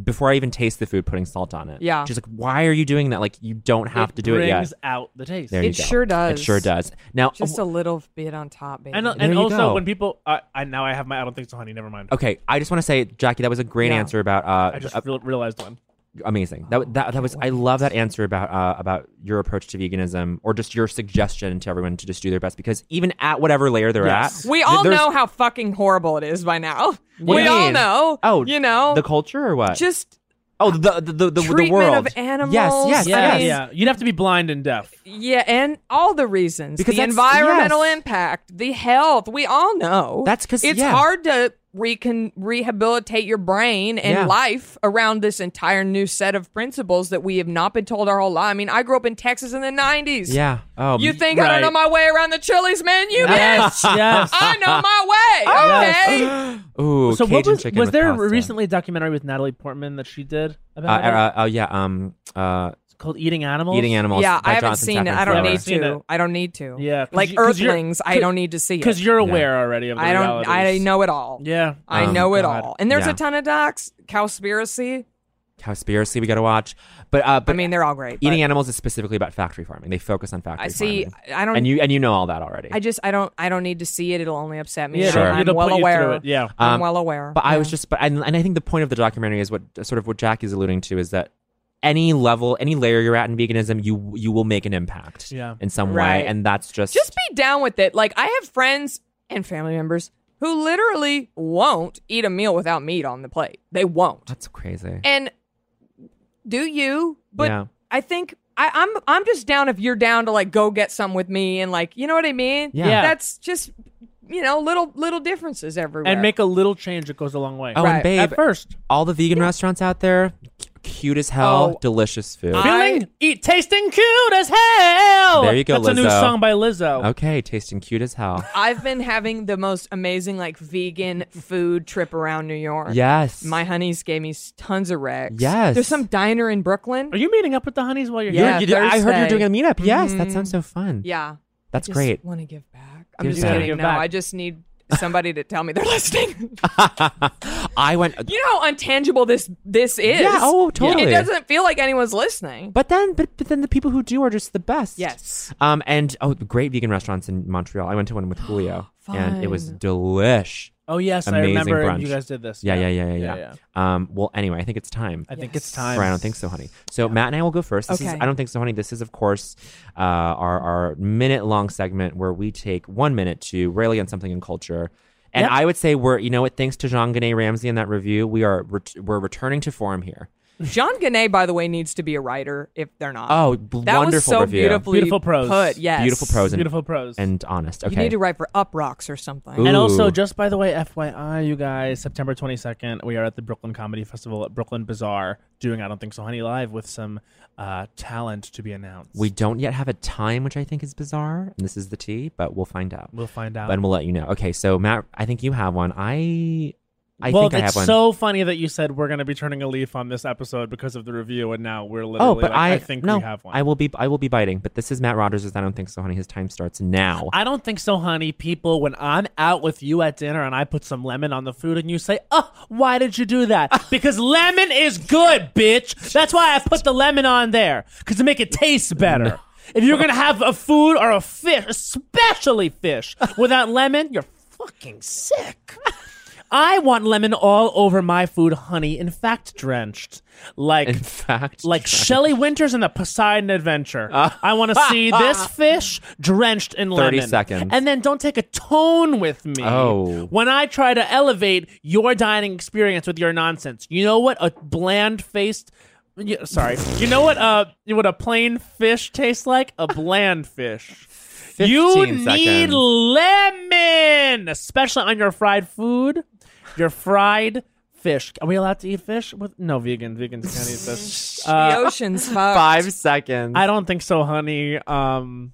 before I even taste the food, putting salt on it. Yeah. She's like, why are you doing that? Like, you don't have It to do it yet. brings out the taste. There It you go. sure It does. sure does. Now, Just a little bit on top, baby. And, uh, There and you also, go. when people, uh, I now I have my. I don't think so, honey. Never mind. okay, I just want to say, Jackie, that was a great Yeah. answer about. Uh, I just uh, real- realized one. Oh, amazing. That that, that was. I love that answer about uh, about your approach to veganism, or just your suggestion to everyone to just do their best, because even at whatever layer they're Yes. at, We th- all there's- know how fucking horrible it is by now. What do we you all mean? know. Oh, you know, the culture or what? just oh the the the, the, the treatment world of animals. Yes, yes, I yes. mean, Yeah. You'd have to be blind and deaf. Yeah, and all the reasons. Because the that's- environmental impact, the health, we all know. That's 'cause- it's yeah. hard to recon- rehabilitate your brain and Yeah. life around this entire new set of principles that we have not been told our whole life. I mean, I grew up in Texas in the 90s. Yeah. Oh, You m- think I don't know my way around the Chili's menu, Yes, bitch? yes. I know my way. Okay. Ooh, so Cajun what was chicken was with there pasta. recently a documentary with Natalie Portman that she did Uh, about it? uh, oh yeah. Um. Uh. It's called Eating Animals. Eating Animals. Yeah, by I haven't Jonathan seen it. Safran I don't Foer. need Seen to. it. I don't need to. Yeah, 'cause like you- 'cause you're- Earthlings, I cause- don't need to see it because you're aware already of the I don't. realities. I know it all. Yeah, I Oh, know it God. all. And there's Yeah. a ton of docs. Cowspiracy. Cowspiracy. We got to watch. But uh. But I mean, they're all great. eating but animals is specifically about factory farming. They focus on factory I see. farming. I don't. and you and you know all that already. I just. I don't. I don't need to see it. It'll only upset me. Yeah, and Sure. I'm it'll well put you aware. through it. Yeah. I'm Um, well aware. But I was Yeah. just, but and, and I think the point of the documentary is what sort of what Jackie's alluding to is that any level, any layer you're at in veganism, you you will make an impact Yeah. in some Right. way, and that's just just be down with it. Like I have friends and family members who literally won't eat a meal without meat on the plate. They won't. that's crazy. And do you? But Yeah. I think I, I'm I'm just down if you're down to like go get some with me and like you know what I mean. Yeah. Yeah. That's just you know little little differences everywhere. and make a little change that goes a long way. Oh, and babe, At first, all the vegan restaurants out there, c- cute as hell, Oh. delicious food. Ah. feeling, eat, tasting cute as hell. There you go, That's a new Lizzo. song by Lizzo. okay, tasting cute as hell. I've been having the most amazing like vegan food trip around New York. Yes. My honeys gave me s- tons of recs. Yes. There's some diner in Brooklyn. Are you meeting up with the honeys while you're Yeah, here? You- I heard you're Thursday. doing a meetup. Yes, that Mhm. sounds so fun. Yeah. That's I just great. want to give back. I'm Give just back. kidding. Give No, back. I just need somebody to tell me they're listening. I went. uh, you know how untangible this this is. Yeah, oh, totally. It doesn't feel like anyone's listening. But then, but, but then the people who do are just the best. Yes. Um, and oh, great vegan restaurants in Montreal. I went to one with Julio, and it was delish. Oh, yes, I amazing remember brunch. you guys did this. Yeah, yeah, Yeah. yeah, yeah, yeah. Um, well, anyway, I think it's time. I think it's time. Or I don't think so, honey. So Matt and I will go first. This is Okay. I don't think so, honey. This is, of course, uh, our our minute long segment where we take one minute to rally on something in culture. And Yep. I would say we're, you know what, thanks to Jean Gene Ramsey in that review, we are ret- we're returning to form here. John Gannett, by the way, needs to be a writer if they're not. Oh, that wonderful was so review. beautifully Beautiful prose. put. Yes, Beautiful prose and, Beautiful prose. and honest. Okay. You need to write for Up Rocks or something. Ooh. And also, just by the way, FYI, you guys, September 22nd, we are at the Brooklyn Comedy Festival at Brooklyn Bazaar doing I Don't Think So Honey Live with some uh, talent to be announced. We don't yet have a time, which I think is bizarre. And this is the tea, but we'll find out. We'll find out. But we'll let you know. Okay, so Matt, I think you have one. I, I well, think I have it's one. so funny that you said we're going to be turning a leaf on this episode because of the review, and now we're literally oh, but like, I, I, think no, we have one. I will be, I will be biting. But this is Matt Rogers. I don't think so, honey. His time starts now. I don't think so, honey. People, when I'm out with you at dinner and I put some lemon on the food and you say, oh, why did you do that? because lemon is good, bitch. That's why I put the lemon on there because to make it taste better. If you're going to have a food or a fish, especially fish, without lemon, you're fucking sick. I want lemon all over my food, honey. In fact, drenched. Like, In fact, like Shelley Winters in the Poseidon Adventure. Uh. I want to see this fish drenched in 30 lemon. seconds. And then don't take a tone with me Oh. when I try to elevate your dining experience with your nonsense. You know what? A bland faced. Sorry. you know what? Uh, what a plain fish tastes like? A bland fish. You need 15 seconds. lemon, especially on your fried food, your fried fish. Are we allowed to eat fish with no vegan? Vegans can't eat fish. the Uh, ocean's fucked. five seconds. I don't think so, honey. Um,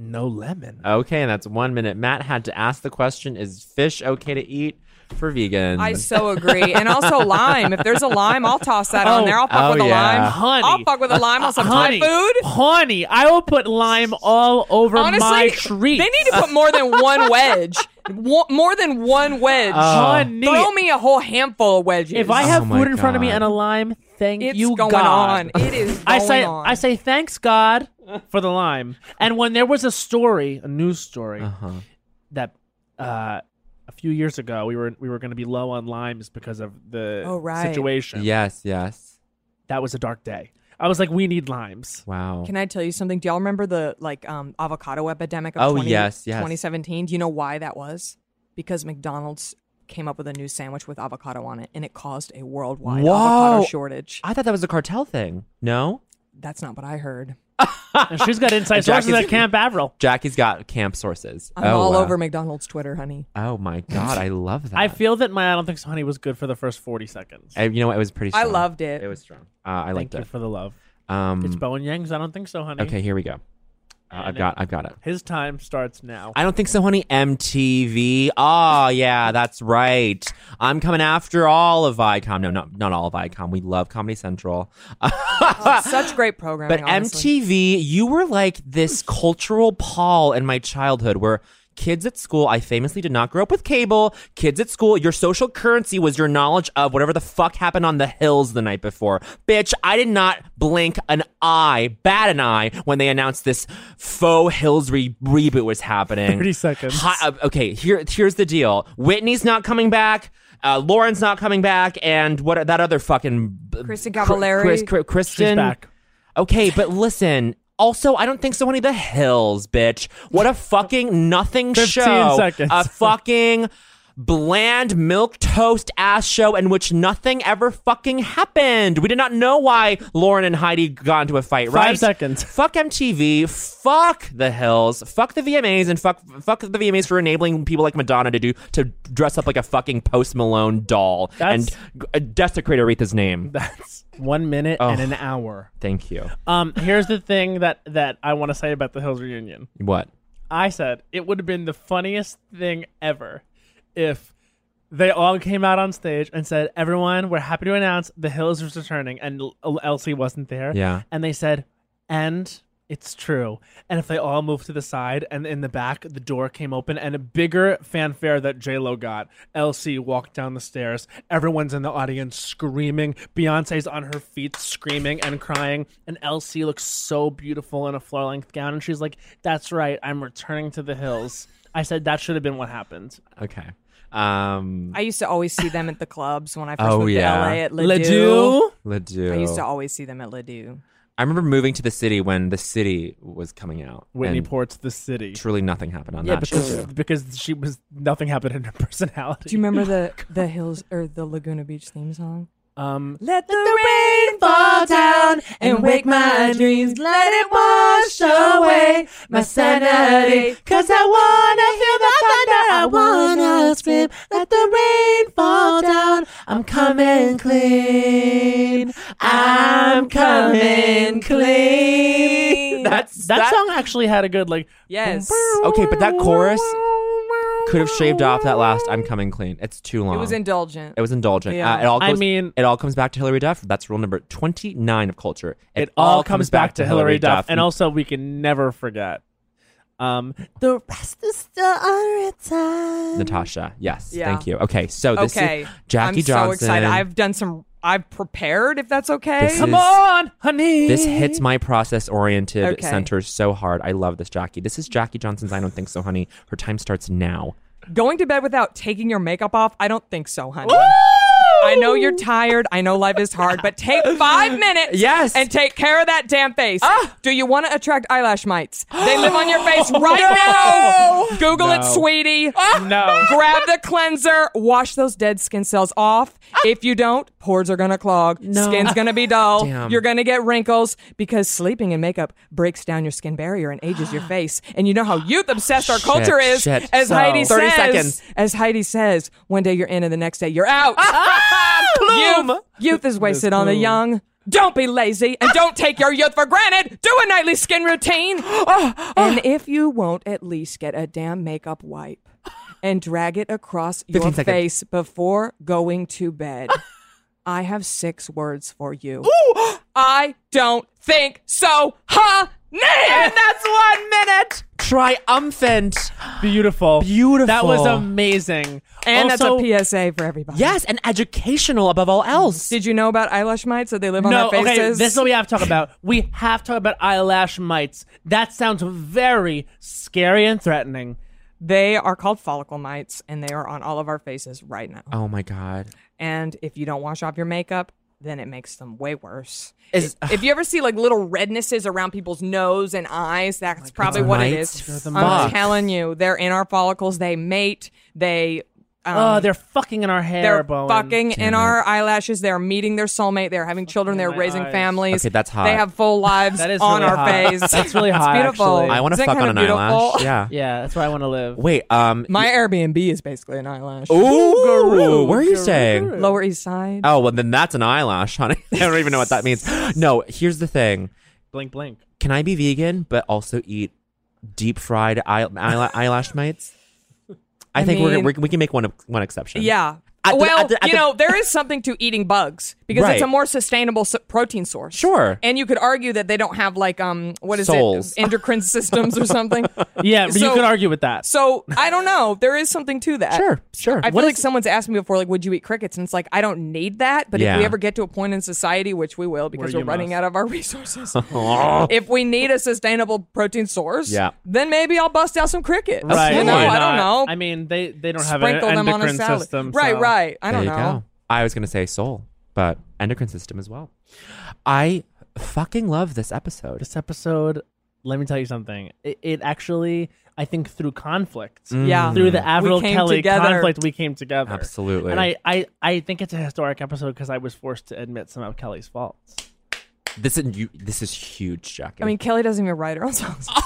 no lemon. okay, and that's one minute. Matt had to ask the question: Is fish okay to eat for vegans? I so agree. And also lime. If there's a lime, I'll toss that on Oh. there. I'll fuck Oh, with a yeah. lime. Honey. I'll fuck with a lime on some honey, Thai food. honey, I will put lime all over Honestly, my treats. they need to put more than one wedge Wo- more than one wedge. Oh. Throw me a whole handful of wedges. If I have food in front of me and a lime, thank Oh It's you, going God. on. It is I going say, on. I say, thanks, God, for the lime. And when there was a story, a news story, Uh-huh. that uh, a few years ago we were we were going to be low on limes because of the Oh, right. situation. Yes, yes. That was a dark day. I was like, we need limes. Wow. Can I tell you something? Do y'all remember the like um, avocado epidemic of Oh, 20 yes, yes. 2017? Do you know why that was? Because McDonald's came up with a new sandwich with avocado on it, and it caused a worldwide avocado Whoa. shortage. I thought that was a cartel thing. No? That's not what I heard. And she's got inside sources Jackie's- at Camp Averill. Jackie's got camp sources. I'm oh, all wow. over McDonald's Twitter, honey. Oh my god, I love that. I feel that my I don't think so, honey was good for the first forty seconds. I, you know what? It was pretty. I Strong. loved it. It was strong. Uh, I Thank liked you it. for the love. Um, It's Bowen Yang's. I don't think so, honey. okay, here we go. Uh, I've got. I've got it. His time starts now. I don't think so, honey. MTV. Oh, yeah, that's right. I'm coming after all of Viacom. No, not not all of Viacom. We love Comedy Central. Oh, such great programming. But honestly. MTV, you were like this cultural pall in my childhood where kids at school, I famously did not grow up with cable. Kids at school, your social currency was your knowledge of whatever the fuck happened on the hills the night before. Bitch, I did not blink an eye, bat an eye, when they announced this faux hills re- reboot was happening. 30 seconds. Hi- uh, okay, here here's the deal. Whitney's not coming back. Uh, Lauren's not coming back, and what that other fucking Kristen Cr- Cavallari. Chris, Chris, Kristen. She's back. Okay, but listen. Also, I don't think so many of the hills, bitch. What a fucking nothing 15 show. seconds. A fucking bland milk toast ass show in which nothing ever fucking happened. We did not know why Lauren and Heidi got into a fight, right? Five seconds. Fuck MTV, fuck the hills, fuck the VMAs and fuck fuck the VMAs for enabling people like Madonna to do to dress up like a fucking Post Malone doll That's- and uh, desecrate Aretha's name. That's one minute and Oh. an hour. Thank you. Um, here's the thing that that I want to say about the Hills reunion. What? I said it would have been the funniest thing ever if they all came out on stage and said, "Everyone, we're happy to announce the Hills is returning," and L- L- Elsie wasn't there. Yeah. and they said, "And." It's true. And if they all moved to the side and in the back, the door came open and a bigger fanfare that J-Lo got. Elsie walked down the stairs. Everyone's in the audience screaming. Beyonce's on her feet screaming and crying. And Elsie looks so beautiful in a floor length gown. And she's like, That's right. I'm returning to the hills. I said, That should have been what happened. Okay. Um I used to always see them at the clubs when I first Oh, moved yeah. to LA at Ledoux. Ledoux. Ledoux. I used to always see them at Ledoux. I remember moving to the city when the city was coming out. Whitney and Port's The City. Truly nothing happened on yeah, that because, show. because she was nothing happened in her personality. Do you remember the the hills or the Laguna Beach theme song? Um, Let the rain fall down and wake my dreams. Let it wash away my sanity. Cause I wanna hear the thunder. I wanna scream. Let the rain fall down. I'm coming clean. I'm coming clean. That's that, song actually had a good like. Yes. Okay, but that chorus could have shaved off that last "I'm coming clean." It's too long. It was indulgent. It was indulgent. Yeah. Uh, it all I goes, mean- it all comes back to Hillary Duff. That's rule number twenty-nine of culture. It, all comes back, to Hillary Duff, and also we can never forget. Um, the rest is still our time. Natasha. Yes, Yeah. thank you. Okay, so this okay. is Jackie I'm Johnson. so excited. I've done some. I've prepared. If that's okay. This Come is- on, honey. This hits my process oriented Okay. center so hard. I love this, Jackie. This is Jackie Johnson's I Don't Think So, Honey. Her time starts now. Going to bed without taking your makeup off? I don't think so, honey. I know you're tired. I know life is hard, but take five minutes. Yes. Ah! And take care of that damn face. Do you want to attract eyelash mites? They live on your face right now. Google it, No. sweetie. Ah! No. Grab the cleanser. Wash those dead skin cells off. Ah! If you don't, pores are going to clog. Skin's going to be dull. Damn. You're going to get wrinkles because sleeping in makeup breaks down your skin barrier and ages your face. And you know how youth obsessed our Shit, culture is. shit. As So- Heidi 30 says, seconds. as Heidi says, one day you're in and the next day you're out. Plume. Youth, youth is wasted on the young. Don't be lazy Ah! and don't take your youth for granted. Do a nightly skin routine. Ah! and if you won't, at least get a damn makeup wipe and drag it across your 15 seconds. face before going to bed. I have six words for you. I don't think so, honey. And that's one minute. Triumphant. Beautiful. Beautiful. That was amazing. And Also- that's a PSA for everybody. Yes, and educational above all else. Did you know about eyelash mites? That they live on No, their faces. okay, this is what we have to talk about. We have to talk about eyelash mites. That sounds very scary and threatening. They are called follicle mites, and they are on all of our faces right now. Oh my god. And if you don't wash off your makeup, then it makes them way worse. Is- if, if you ever see like little rednesses around people's nose and eyes, that's probably what it mites? is. They're I'm the mites. telling you, they're in our follicles. They mate. They. Um, oh, they're fucking in our hair, they're Bowen. fucking Damn in it. our eyelashes. They're meeting their soulmate. They're having children. They're my raising eyes. families. Okay, that's hot. They have full lives That is on really our hot. face. That's really It's hot, beautiful. actually. I want to Isn't that fuck on an kinda beautiful? eyelash. Yeah. Yeah, that's where I want to live. Wait. Um. My Airbnb is basically an eyelash. Ooh, where are you staying? Lower East Side. Oh well, then that's an eyelash, honey. I don't even know what that means. No, here's the thing. Blink, blink. Can I be vegan but also eat deep fried eye- eyela- eyelash mites? I, I think we're, mean- we're we can make one one exception. Yeah. At the- well, at the- at you the- know, there is something to eating bugs because Right. it's a more sustainable s- protein source. Sure. And you could argue that they don't have like um what is Souls. it endocrine systems or something. Yeah, but you So- could argue with that. So I don't know. There is something to that. Sure, sure. I feel What like is- someone's asked me before, like, would you eat crickets? And it's like, I don't need that. But Yeah. if we ever get to a point in society, which we will, because Where we're you running must. out of our resources, Oh. if we need a sustainable protein source, Yeah. then maybe I'll bust out some crickets. Right. You know, why I not? don't know. I mean, they, they don't have Sprinkle an them on a endocrine salad. system. Right, so- right. I don't there you know. go. I was gonna say soul, but endocrine system as well. I fucking love this episode. This episode, let me tell you something. It, it actually, I think, through conflict, Mm. Yeah. through the Avril came Kelly together. conflict, we came together. Absolutely. And I, I, I think it's a historic episode because I was forced to admit some of Kelly's faults. this is you, this is huge, Jackie. I mean, Kelly doesn't even write her own songs.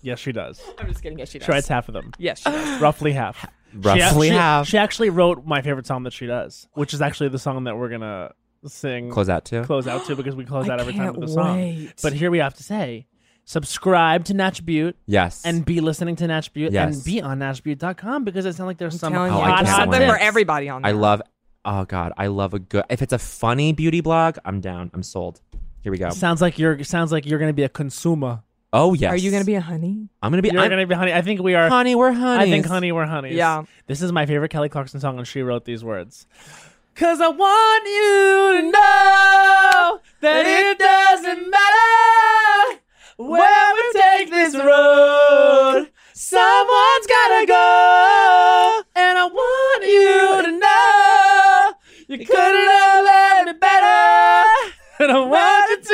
Yes, she does. I'm just kidding. Yes, she does. She writes half of them, Yes, she does. roughly half. roughly she, actually- half. She actually wrote my favorite song that she does, which is actually the song that we're gonna sing close out too. close out to because we close I out every time can't with a song. wait. But here we have to say, subscribe to Natch Butte yes. and be listening to Natch Butte Yes. Oh, and be on NatchButte.com because it sounds like there's some telling you, hot, there's hot something tips. for everybody on I there. love. Oh God, I love a good. If it's a funny beauty blog, I'm down. I'm sold. Here we go. Sounds like you're sounds like you're gonna be a consumer. Oh yes. Are you gonna be a honey? I'm gonna be. You're I'm, gonna be honey. I think we are. honey, we're honey. I think honey, we're honeys. Yeah. This is my favorite Kelly Clarkson song, and she wrote these words. Cause I want you to know that it doesn't matter where we take this road. Someone's gotta go, and I want you to know you couldn't have loved me better. And I want you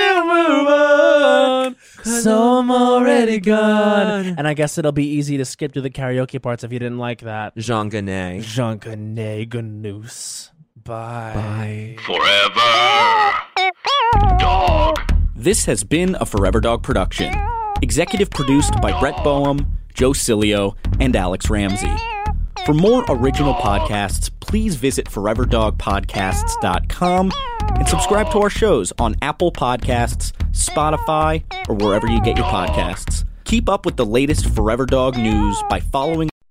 to move on. So I'm already gone. And I guess it'll be easy to skip to the karaoke parts if you didn't like that. Jean Genet. Jean Ganoose. Bye. Bye. Forever. Dog. This has been a Forever Dog production. Executive produced by Brett Boehm, Joe Cilio, and Alex Ramsey. For more original podcasts, please visit foreverdogpodcasts.com and subscribe to our shows on Apple Podcasts, Spotify, or wherever you get your podcasts. Keep up with the latest Forever Dog news by following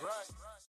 right.